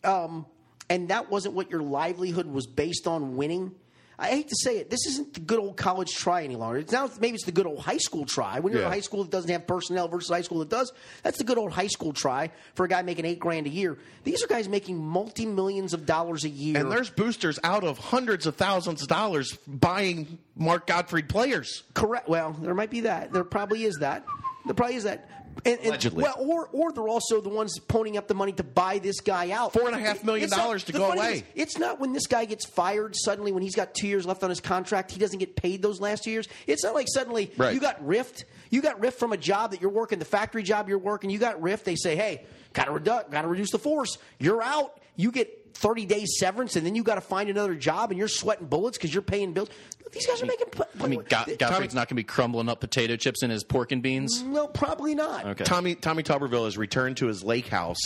um, and that wasn't what your livelihood was based on winning. I hate to say it. This isn't the good old college try any longer. It's now maybe it's the good old high school try. When you're Yeah. in high school that doesn't have personnel versus high school that does, that's the good old high school try for a guy making eight grand a year. These are guys making multi millions of dollars a year. and there's boosters out of hundreds of thousands of dollars buying Mark Gottfried players. Correct. Well, there might be that. There probably is that. There probably is that. And, and- Allegedly. Well, or or they're also the ones ponying up the money to buy this guy out. Four and a half million It's not- dollars to the go funny thing away. is, it's not when this guy gets fired suddenly when he's got two years left on his contract. He doesn't get paid those last two years. It's not like suddenly Right. you got riffed. You got riffed from a job that you're working, the factory job you're working. You got riffed. They say, hey, got to reduce, got to reduce the force. You're out. You get. 30 days severance, and then you got to find another job, and you're sweating bullets because you're paying bills. These guys are making. I mean, Go- Gottfried's not going to be crumbling up potato chips in his pork and beans. No, probably not. Okay. Tommy Tommy Tuberville has returned to his lake house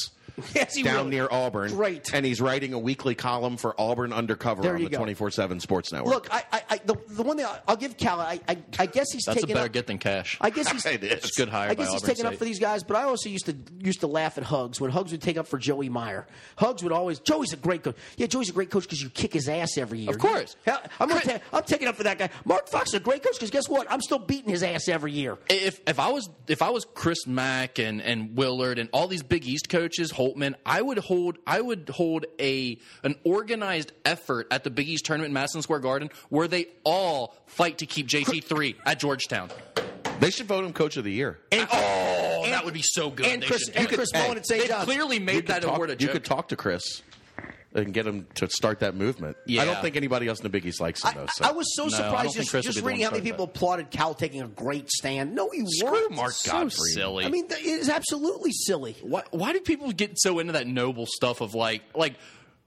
Yes, he down will. near Auburn. Great. And he's writing a weekly column for Auburn Undercover There on you the go. 24 7 Sports Network. Look, I, I, I the, the one thing I- I'll give Cal, I, I, I guess he's That's a taking better up, get than cash. I guess he's It is. It's good hire I guess by he's Auburn taking up State. for these guys, but I also used to used to laugh at Hugs when Hugs would take up for Joey Meyer. Hugs would always Joey's a great coach. Yeah, Joey's a great coach because you kick his ass every year. Of course. Hell, I'm gonna ta- I'm taking up for that guy. Mark Fox is a great coach because guess what? I'm still beating his ass every year. if if I was if I was Chris Mack and, and Willard and all these Big East coaches, Holtman, I would hold I would hold a an organized effort at the Big East tournament in Madison Square Garden where they all fight to keep JT three at Georgetown. they should vote him Coach of the Year. oh, that would be so good. and They Chris- should and do it. Chris Hey, Mullen at St. They John's. clearly You made could that talk- award a You joke. could talk to Chris and get him to start that movement. I Yeah. don't think anybody else in the Big East likes him, I, though. So. I was so No, I don't surprised think just, Chris would just be the reading how one many starting people applauded Cal taking a great stand. No, he Screw weren't. Mark so Godfrey. silly. I mean, th- it is absolutely silly. why, why do people get so into that noble stuff of like like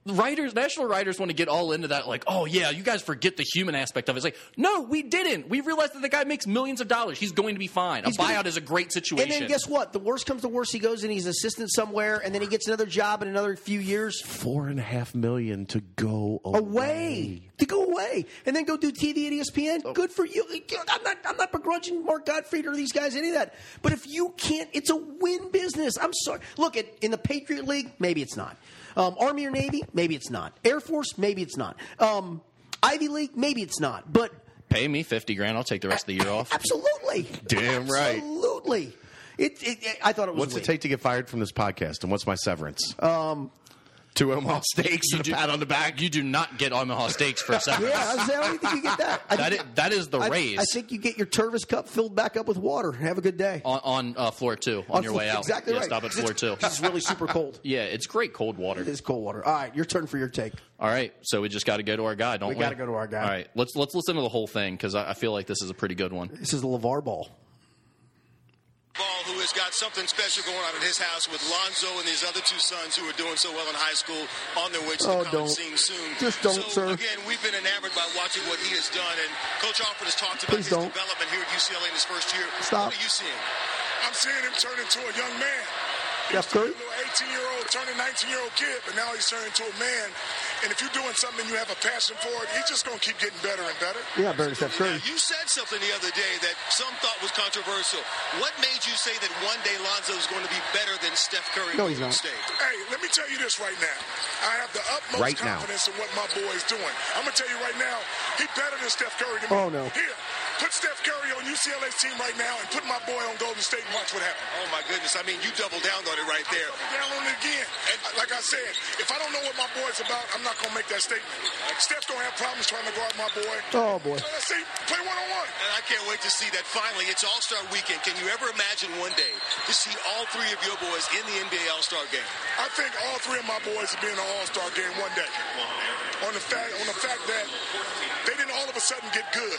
writers national writers want to get all into that like oh yeah you guys forget the human aspect of it it's like no we didn't we realized that the guy makes millions of dollars he's going to be fine a gonna- buyout is a great And situation then guess what? The worst comes to worst, he goes and he's assistant somewhere, and then he gets another job in another few years. Four and a half million to go away. Away to go away, and then go do TV at E ESPN. Oh. Good for you. I'm not. I'm not begrudging Mark Gottfried or these guys any of that. But if you can't, it's a win business. I'm sorry. Look at in the Patriot League, maybe it's not. Um, Army or Navy, maybe it's not. Air Force, maybe it's not. Um, Ivy League, maybe it's not. But pay me 50 grand i'll take the rest of the year off absolutely, Damn right. absolutely. It, it, it- I thought it was. What's it weak. take to get fired from this podcast, and what's my severance? Um, Two Omaha steaks and a pat on the back. you do not get omaha steaks for a second Yeah, I, was saying, I don't think you get that. I that, think- is, that is the I- raise I think you get your Tervis cup filled back up with water. Have a good day. on, on uh, floor two on, your way out Exactly yeah, right. stop at floor two It's really super cold. yeah it's great cold water It is cold water. All right, your turn for your take. All right, so we just got to go to our guy, don't we? gotta go to our guy. All right, let's let's listen to the whole thing because I, I feel like this is a pretty good one. This is a LeVar ball. Ball, who has got something special going on in his house with Lonzo and his other two sons who are doing so well in high school on their way Oh, to the college don't. scene soon. Just don't, so, sir. Again, we've been enamored by watching what he has done, and Coach Alford has talked about Please his don't. development here at UCLA in his first year. Stop. What are you seeing? I'm seeing him turn into a young man. He Steph was Curry? a little 18 year old turning 19 year old kid, but now he's turned into a man. And if you're doing something and you have a passion for it, he's just going to keep getting better and better. You're not better than Steph Curry. Now, you said something the other day that some thought was controversial. What made you say that one day Lonzo is going to be better than Steph Curry? No, he's at not. Golden State? Hey, let me tell you this right now. I have the utmost Right now. confidence in what my boy is doing. I'm going to tell you right now, he better than Steph Curry to me. Oh, no. Here, put Steph Curry on UCLA's team right now and put my boy on Golden State and watch what happens. Oh my goodness! I mean, you doubled down on it right there. down on it again. And like I said, if I don't know what my boy's about, I'm not gonna make that statement. Steph's gonna have problems trying to guard my boy. Oh, boy. So let's see, play one on one. And I can't wait to see that finally. It's All Star Weekend. Can you ever imagine one day to see all three of your boys in the NBA All Star game? I think all three of my boys will be in an All Star game one day. On the fact, on the fact that they didn't all of a sudden get good.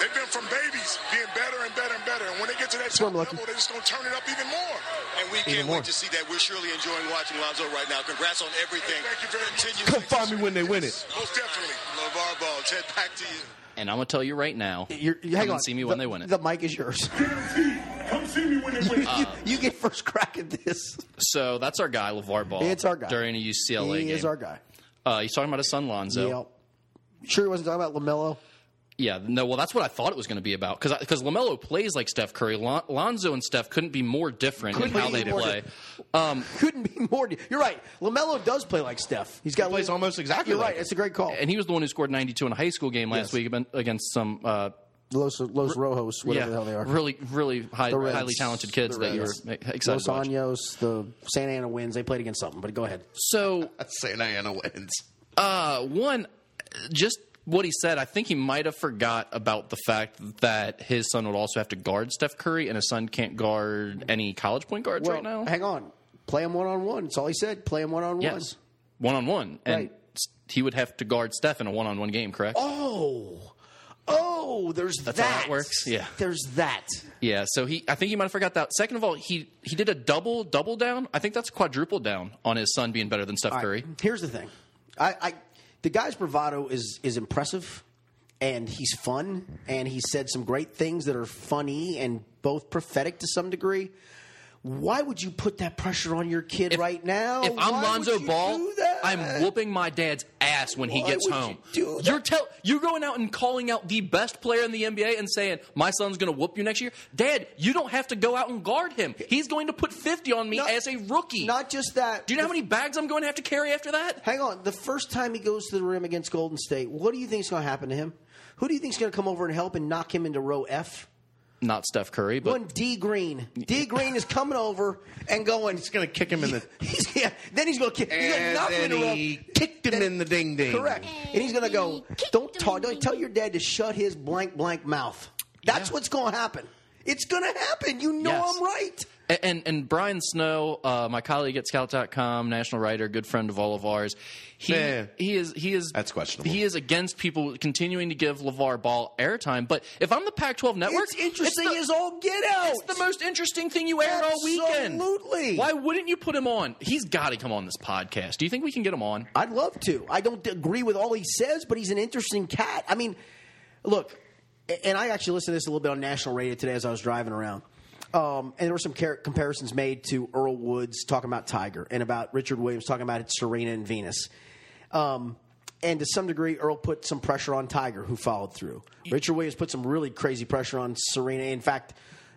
They've been from babies being better and better and better. And when they get to that Swim top lucky. level, they're just gonna turn it up even more. And we Even can't more. wait to see that. We're surely enjoying watching Lonzo right now. Congrats on everything. Thank you very much. Continue Come find me when they win it. Most definitely. LeVar Ball, Ted, back to you. And I'm gonna tell you right now. You're, you hang on. come and see me when The- they win it. The mic is yours. Come see me when they win. you, Uh. you get first crack at this. so that's our guy, LeVar Ball. It's our guy. during a UCLA he game. is our guy. Uh, he's talking about his son Lonzo. Yeah. Sure, he wasn't talking about Lamelo. Yeah, no. Well, that's what I thought it was going to be about because because Lamelo plays like Steph Curry. Lon- Lonzo and Steph couldn't be more different Couldn't in how be they more play. Um, different. Couldn't be more. You're right. Lamelo does play like Steph. He's got He plays a little- almost exactly You're like right. him. It's a great call. And he was the one who scored 92 in a high school game Yes. last week week aben- against some uh, Los, Los Rojos, whatever the hell they are. really really high, The Reds. highly talented kids The that you were eh, Reds. Los excited about. Años, the Santa Ana wins. They played against something, but go ahead. So That's Santa Ana wins. uh, one, just what he said, I think he might have forgot about the fact that his son would also have to guard Steph Curry, and his son can't guard any college point guards Well, right now. hang on. Play him one on one. That's all he said. Play him one on one. Yes, one on one, and Right. s- he would have to guard Steph in a one on one game, correct? Oh, oh, there's how that. that works? Yeah. there's that. Yeah, so he, I think he might have forgot that. Second of all, he he did a double double down. I think that's quadruple down on his son being better than Steph Curry. Here's the thing. I, I the guy's bravado is is impressive, and he's fun, and he said some great things that are funny and both prophetic to some degree. Why would you put that pressure on your kid right now? If I'm Why would Lonzo you Ball, do that? I'm whooping my dad's ass when he Why gets would you home. do that? are tell you're going out and calling out the best player in the NBA and saying my son's going to whoop you next year. Dad, you don't have to go out and guard him. He's going to put 50 on me Not- as a rookie. Not just that. do you know how many bags I'm going to have to carry after that? Hang on. The first time he goes to the rim against Golden State, what do you think is going to happen to him? Who do you think is going to come over and help and knock him into row F? Not Steph Curry, but One D Green. D Green is coming over and going. He's going to kick him in the. He's, yeah, then he's going to kick. He's gonna And knock him then in the row. he kicked him Then- in the ding ding. Correct. And he's going to go. Don't talk. Don't tell your dad to shut his blank blank mouth. That's Yeah. what's going to happen. It's going to happen. You know Yes. I'm right. A- And and Brian Snow, uh, my colleague at Scout.com, national writer, good friend of all of ours, he Yeah. he is he is That's questionable. He is against people continuing to give Levar Ball airtime. But if I'm the Pac-12 network, It's interesting it's the, as all get out. it's the most interesting thing you aired all weekend. Absolutely. Why wouldn't you put him on? He's got to come on this podcast. Do you think we can get him on? I'd love to. I don't agree with all he says, but he's an interesting cat. I mean, look, a- and I actually listened to this a little bit on national radio today as I was driving around. Um, and there were some car- comparisons made to Earl Woods talking about Tiger and about Richard Williams talking about Serena and Venus. Um, and to some degree, Earl put some pressure on Tiger, who followed through. Richard Williams put some really crazy pressure on Serena. In fact,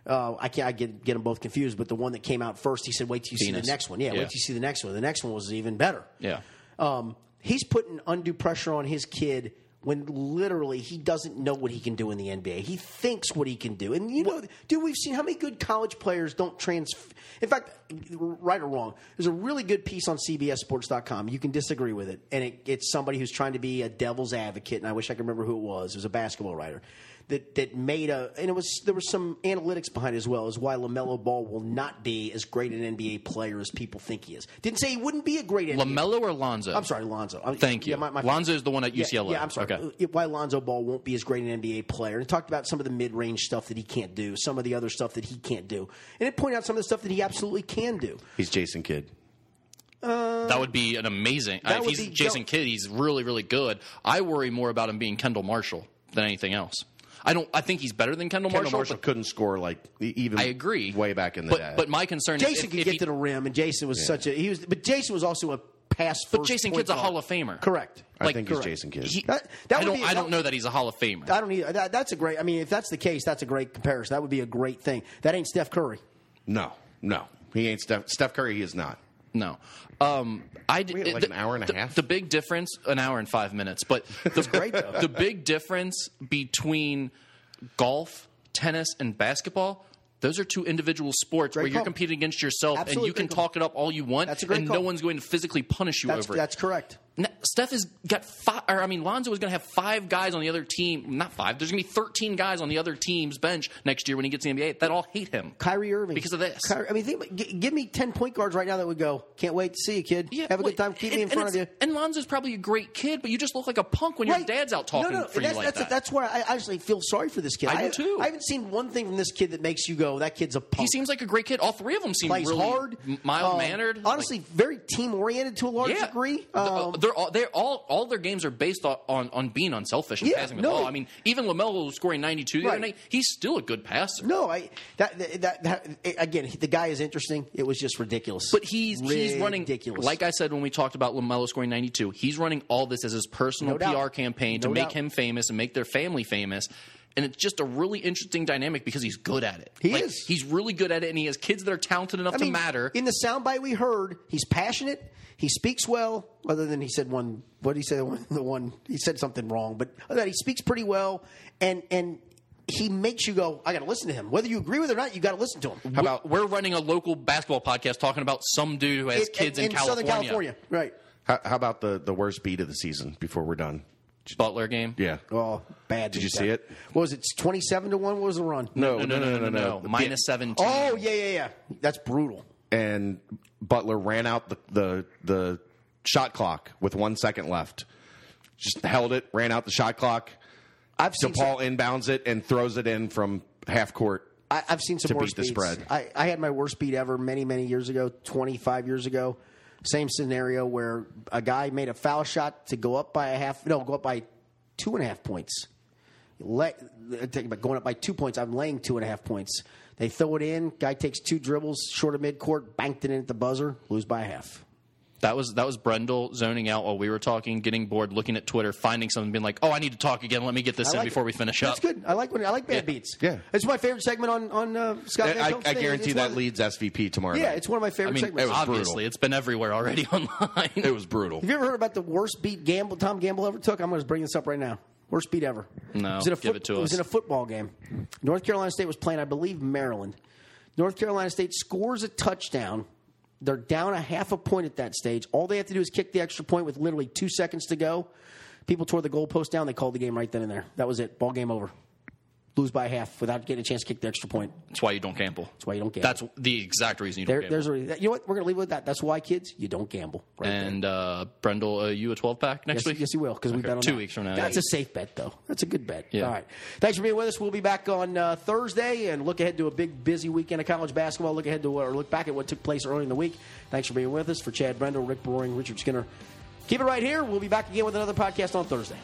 uh, I can't I get, get them both confused, but the one that came out first, he said, "Wait till you see Venus. the next one." Yeah, Yeah. wait till you see the next one. The next one was even better Yeah. um, he's putting undue pressure on his kid when literally he doesn't know what he can do in the NBA. He thinks what he can do. And you know, dude, we've seen how many good college players don't trans. In fact, right or wrong, there's a really good piece on CBSSports.com. You can disagree with it, and it, it's somebody who's trying to be a devil's advocate. And I wish I could remember who it was. It was a basketball writer that that made a, and it was there was some analytics behind it as well as why Lamelo Ball will not be as great an NBA player as people think he is. Didn't say he wouldn't be a great NBA Lamelo or Lonzo? I'm sorry, Lonzo. I'm- Thank you. Yeah, my, my- Lonzo's the one at Yeah, UCLA. Yeah, I'm sorry. Okay. it- why Lonzo Ball won't be as great an NBA player. And it talked about some of the mid range stuff that he can't do, some of the other stuff that he can't do, and it pointed out some of the stuff that he absolutely can do. He's Jason Kidd. that would be an amazing. That if would he's be- Jason that- Kidd, he's really really good. I worry more about him being Kendall Marshall than anything else. I don't. I think he's better than Kendall, Kendall Marshall, Marshall. but couldn't score like e- even. I agree. Way back in the but, day. But my concern is Jason if- could if get he- to the rim, and Jason was such a he was, but Jason was also a pass. But first Jason point Kidd's a guard. Hall of Famer. Correct. I like, think correct. he's Jason Kidd. He- That- that I would don't. be- I that- don't know that he's a Hall of Famer. I don't either. That, that's a great. I mean, if that's the case, that's a great comparison. That would be a great thing. That ain't Steph Curry. no, no, he ain't Steph. Steph Curry, he is not. No. Um, I d- We had, like, the- an hour and a the- half? The big difference, an hour and five minutes, but the, great, though. the big difference between golf, tennis, and basketball. Those are two individual sports Great where you're call. competing against yourself, Absolutely and you can great call. talk it up all you want, That's a great and no call. one's going to physically punish you That's over that's it. correct. N- Steph has got five. Or I mean, Lonzo is going to have five guys on the other team. Not five. There's going to be 13 guys on the other team's bench next year when he gets in the NBA that all hate him. Kyrie Irving Because of this. Kyrie, I mean, think, about- g- give me ten point guards right now that would go. Can't wait to see you, kid. Yeah, Have a wait, good time. Keep me in and- front of and you. it's- And Lonzo's probably a great kid, but you just look like a punk when your Right. dad's out talking no, no, for you that's, like that's, that. That's why I actually feel sorry for this kid. I do too. I haven't seen one thing from this kid that makes you go, "That kid's a punk." he seems like a great kid. All three of them seem plays really hard, mild mannered. Um, honestly, very team oriented to a large yeah. degree. The- uh, Um, they're all they're all all their games are based on on, on being unselfish and Yeah, passing the no. ball. I mean, even Lamelo scoring 92 the other Right. night, he's still a good passer. no, I that, that that again. The guy is interesting. It was just ridiculous. But he's he's running ridiculous. Like I said when we talked about Lamelo scoring 92, he's running all this as his personal No doubt. PR campaign to No make doubt. him famous and make their family famous. And it's just a really interesting dynamic because he's good at it. He is. He's really good at it, and he has kids that are talented enough I mean, to matter. In the soundbite we heard, he's passionate. He speaks well. Other than he said one, what did he say? The one, the one he said something wrong, but other than that he speaks pretty well, and and he makes you go. I got to listen to him, whether you agree with it or not. You got to listen to him. How about we're running a local basketball podcast talking about some dude who has It- kids in, California. Southern California, right? How, how about the the worst beat of the season before we're done? Butler game. Yeah. Oh, bad. Did you beat see that. it? What was it? Twenty-seven to one. What was the run? No, No, no, no, no, no, no. The- Minus 17. Oh yeah, yeah, yeah. That's brutal. and Butler ran out the, the the shot clock with one second left. Just held it, ran out the shot clock. I've seen DePaul inbounds it and throws it in from half court. I, I've seen some to beat worse the beats. spread. I, I had my worst beat ever many, many years ago, 25 years ago. Same scenario where a guy made a foul shot to go up by a half, no, go up by two and a half points. uh, Let, think about going up by two points. I'm laying two and a half points. They throw it in. Guy takes two dribbles, short of midcourt, banked it in at the buzzer, lose by a half. That was that was Brendel zoning out while we were talking, getting bored, looking at Twitter, finding something, being like, "Oh, I need to talk again. Let me get this in like before it. we finish That's up." good. I like when I like bad beats. Yeah. it's my favorite segment on on uh, Scott. And Van I, Pelt's I thing. guarantee It's one that of- leads SVP tomorrow. Yeah, night. it's one of my I favorite mean, segments. obviously, brutal. it's been everywhere already online. it was brutal. Have you ever heard about the worst beat Gamble Tom Gamble ever took? I'm going to bring this up right now. Worst beat ever. No, was in a give it to It was us. in a football game. North Carolina State was playing, I believe, Maryland. North Carolina State scores a touchdown. They're down a half a point at that stage. All they have to do is kick the extra point with literally two seconds to go. People tore the goalpost down. They called the game right then and there. That was it. Ball game over. Lose by half without getting a chance to kick the extra point. That's why you don't gamble. That's why you don't gamble. That's the exact reason you There, don't gamble. there's a, you know what? We're going to leave it with that. That's why, kids, you don't gamble. Right there. and uh, Brendel, uh, you a 12 pack next Yes, week? yes, he will because we Okay, bet on two that. weeks from now. That's yeah. a safe bet, though. That's a good bet. Yeah. All right. Thanks for being with us. We'll be back on uh, Thursday and look ahead to a big, busy weekend of college basketball. Look ahead to or look back at what took place early in the week. Thanks for being with us. For Chad Brendel, Rick Boring, Richard Skinner. Keep it right here. We'll be back again with another podcast on Thursday.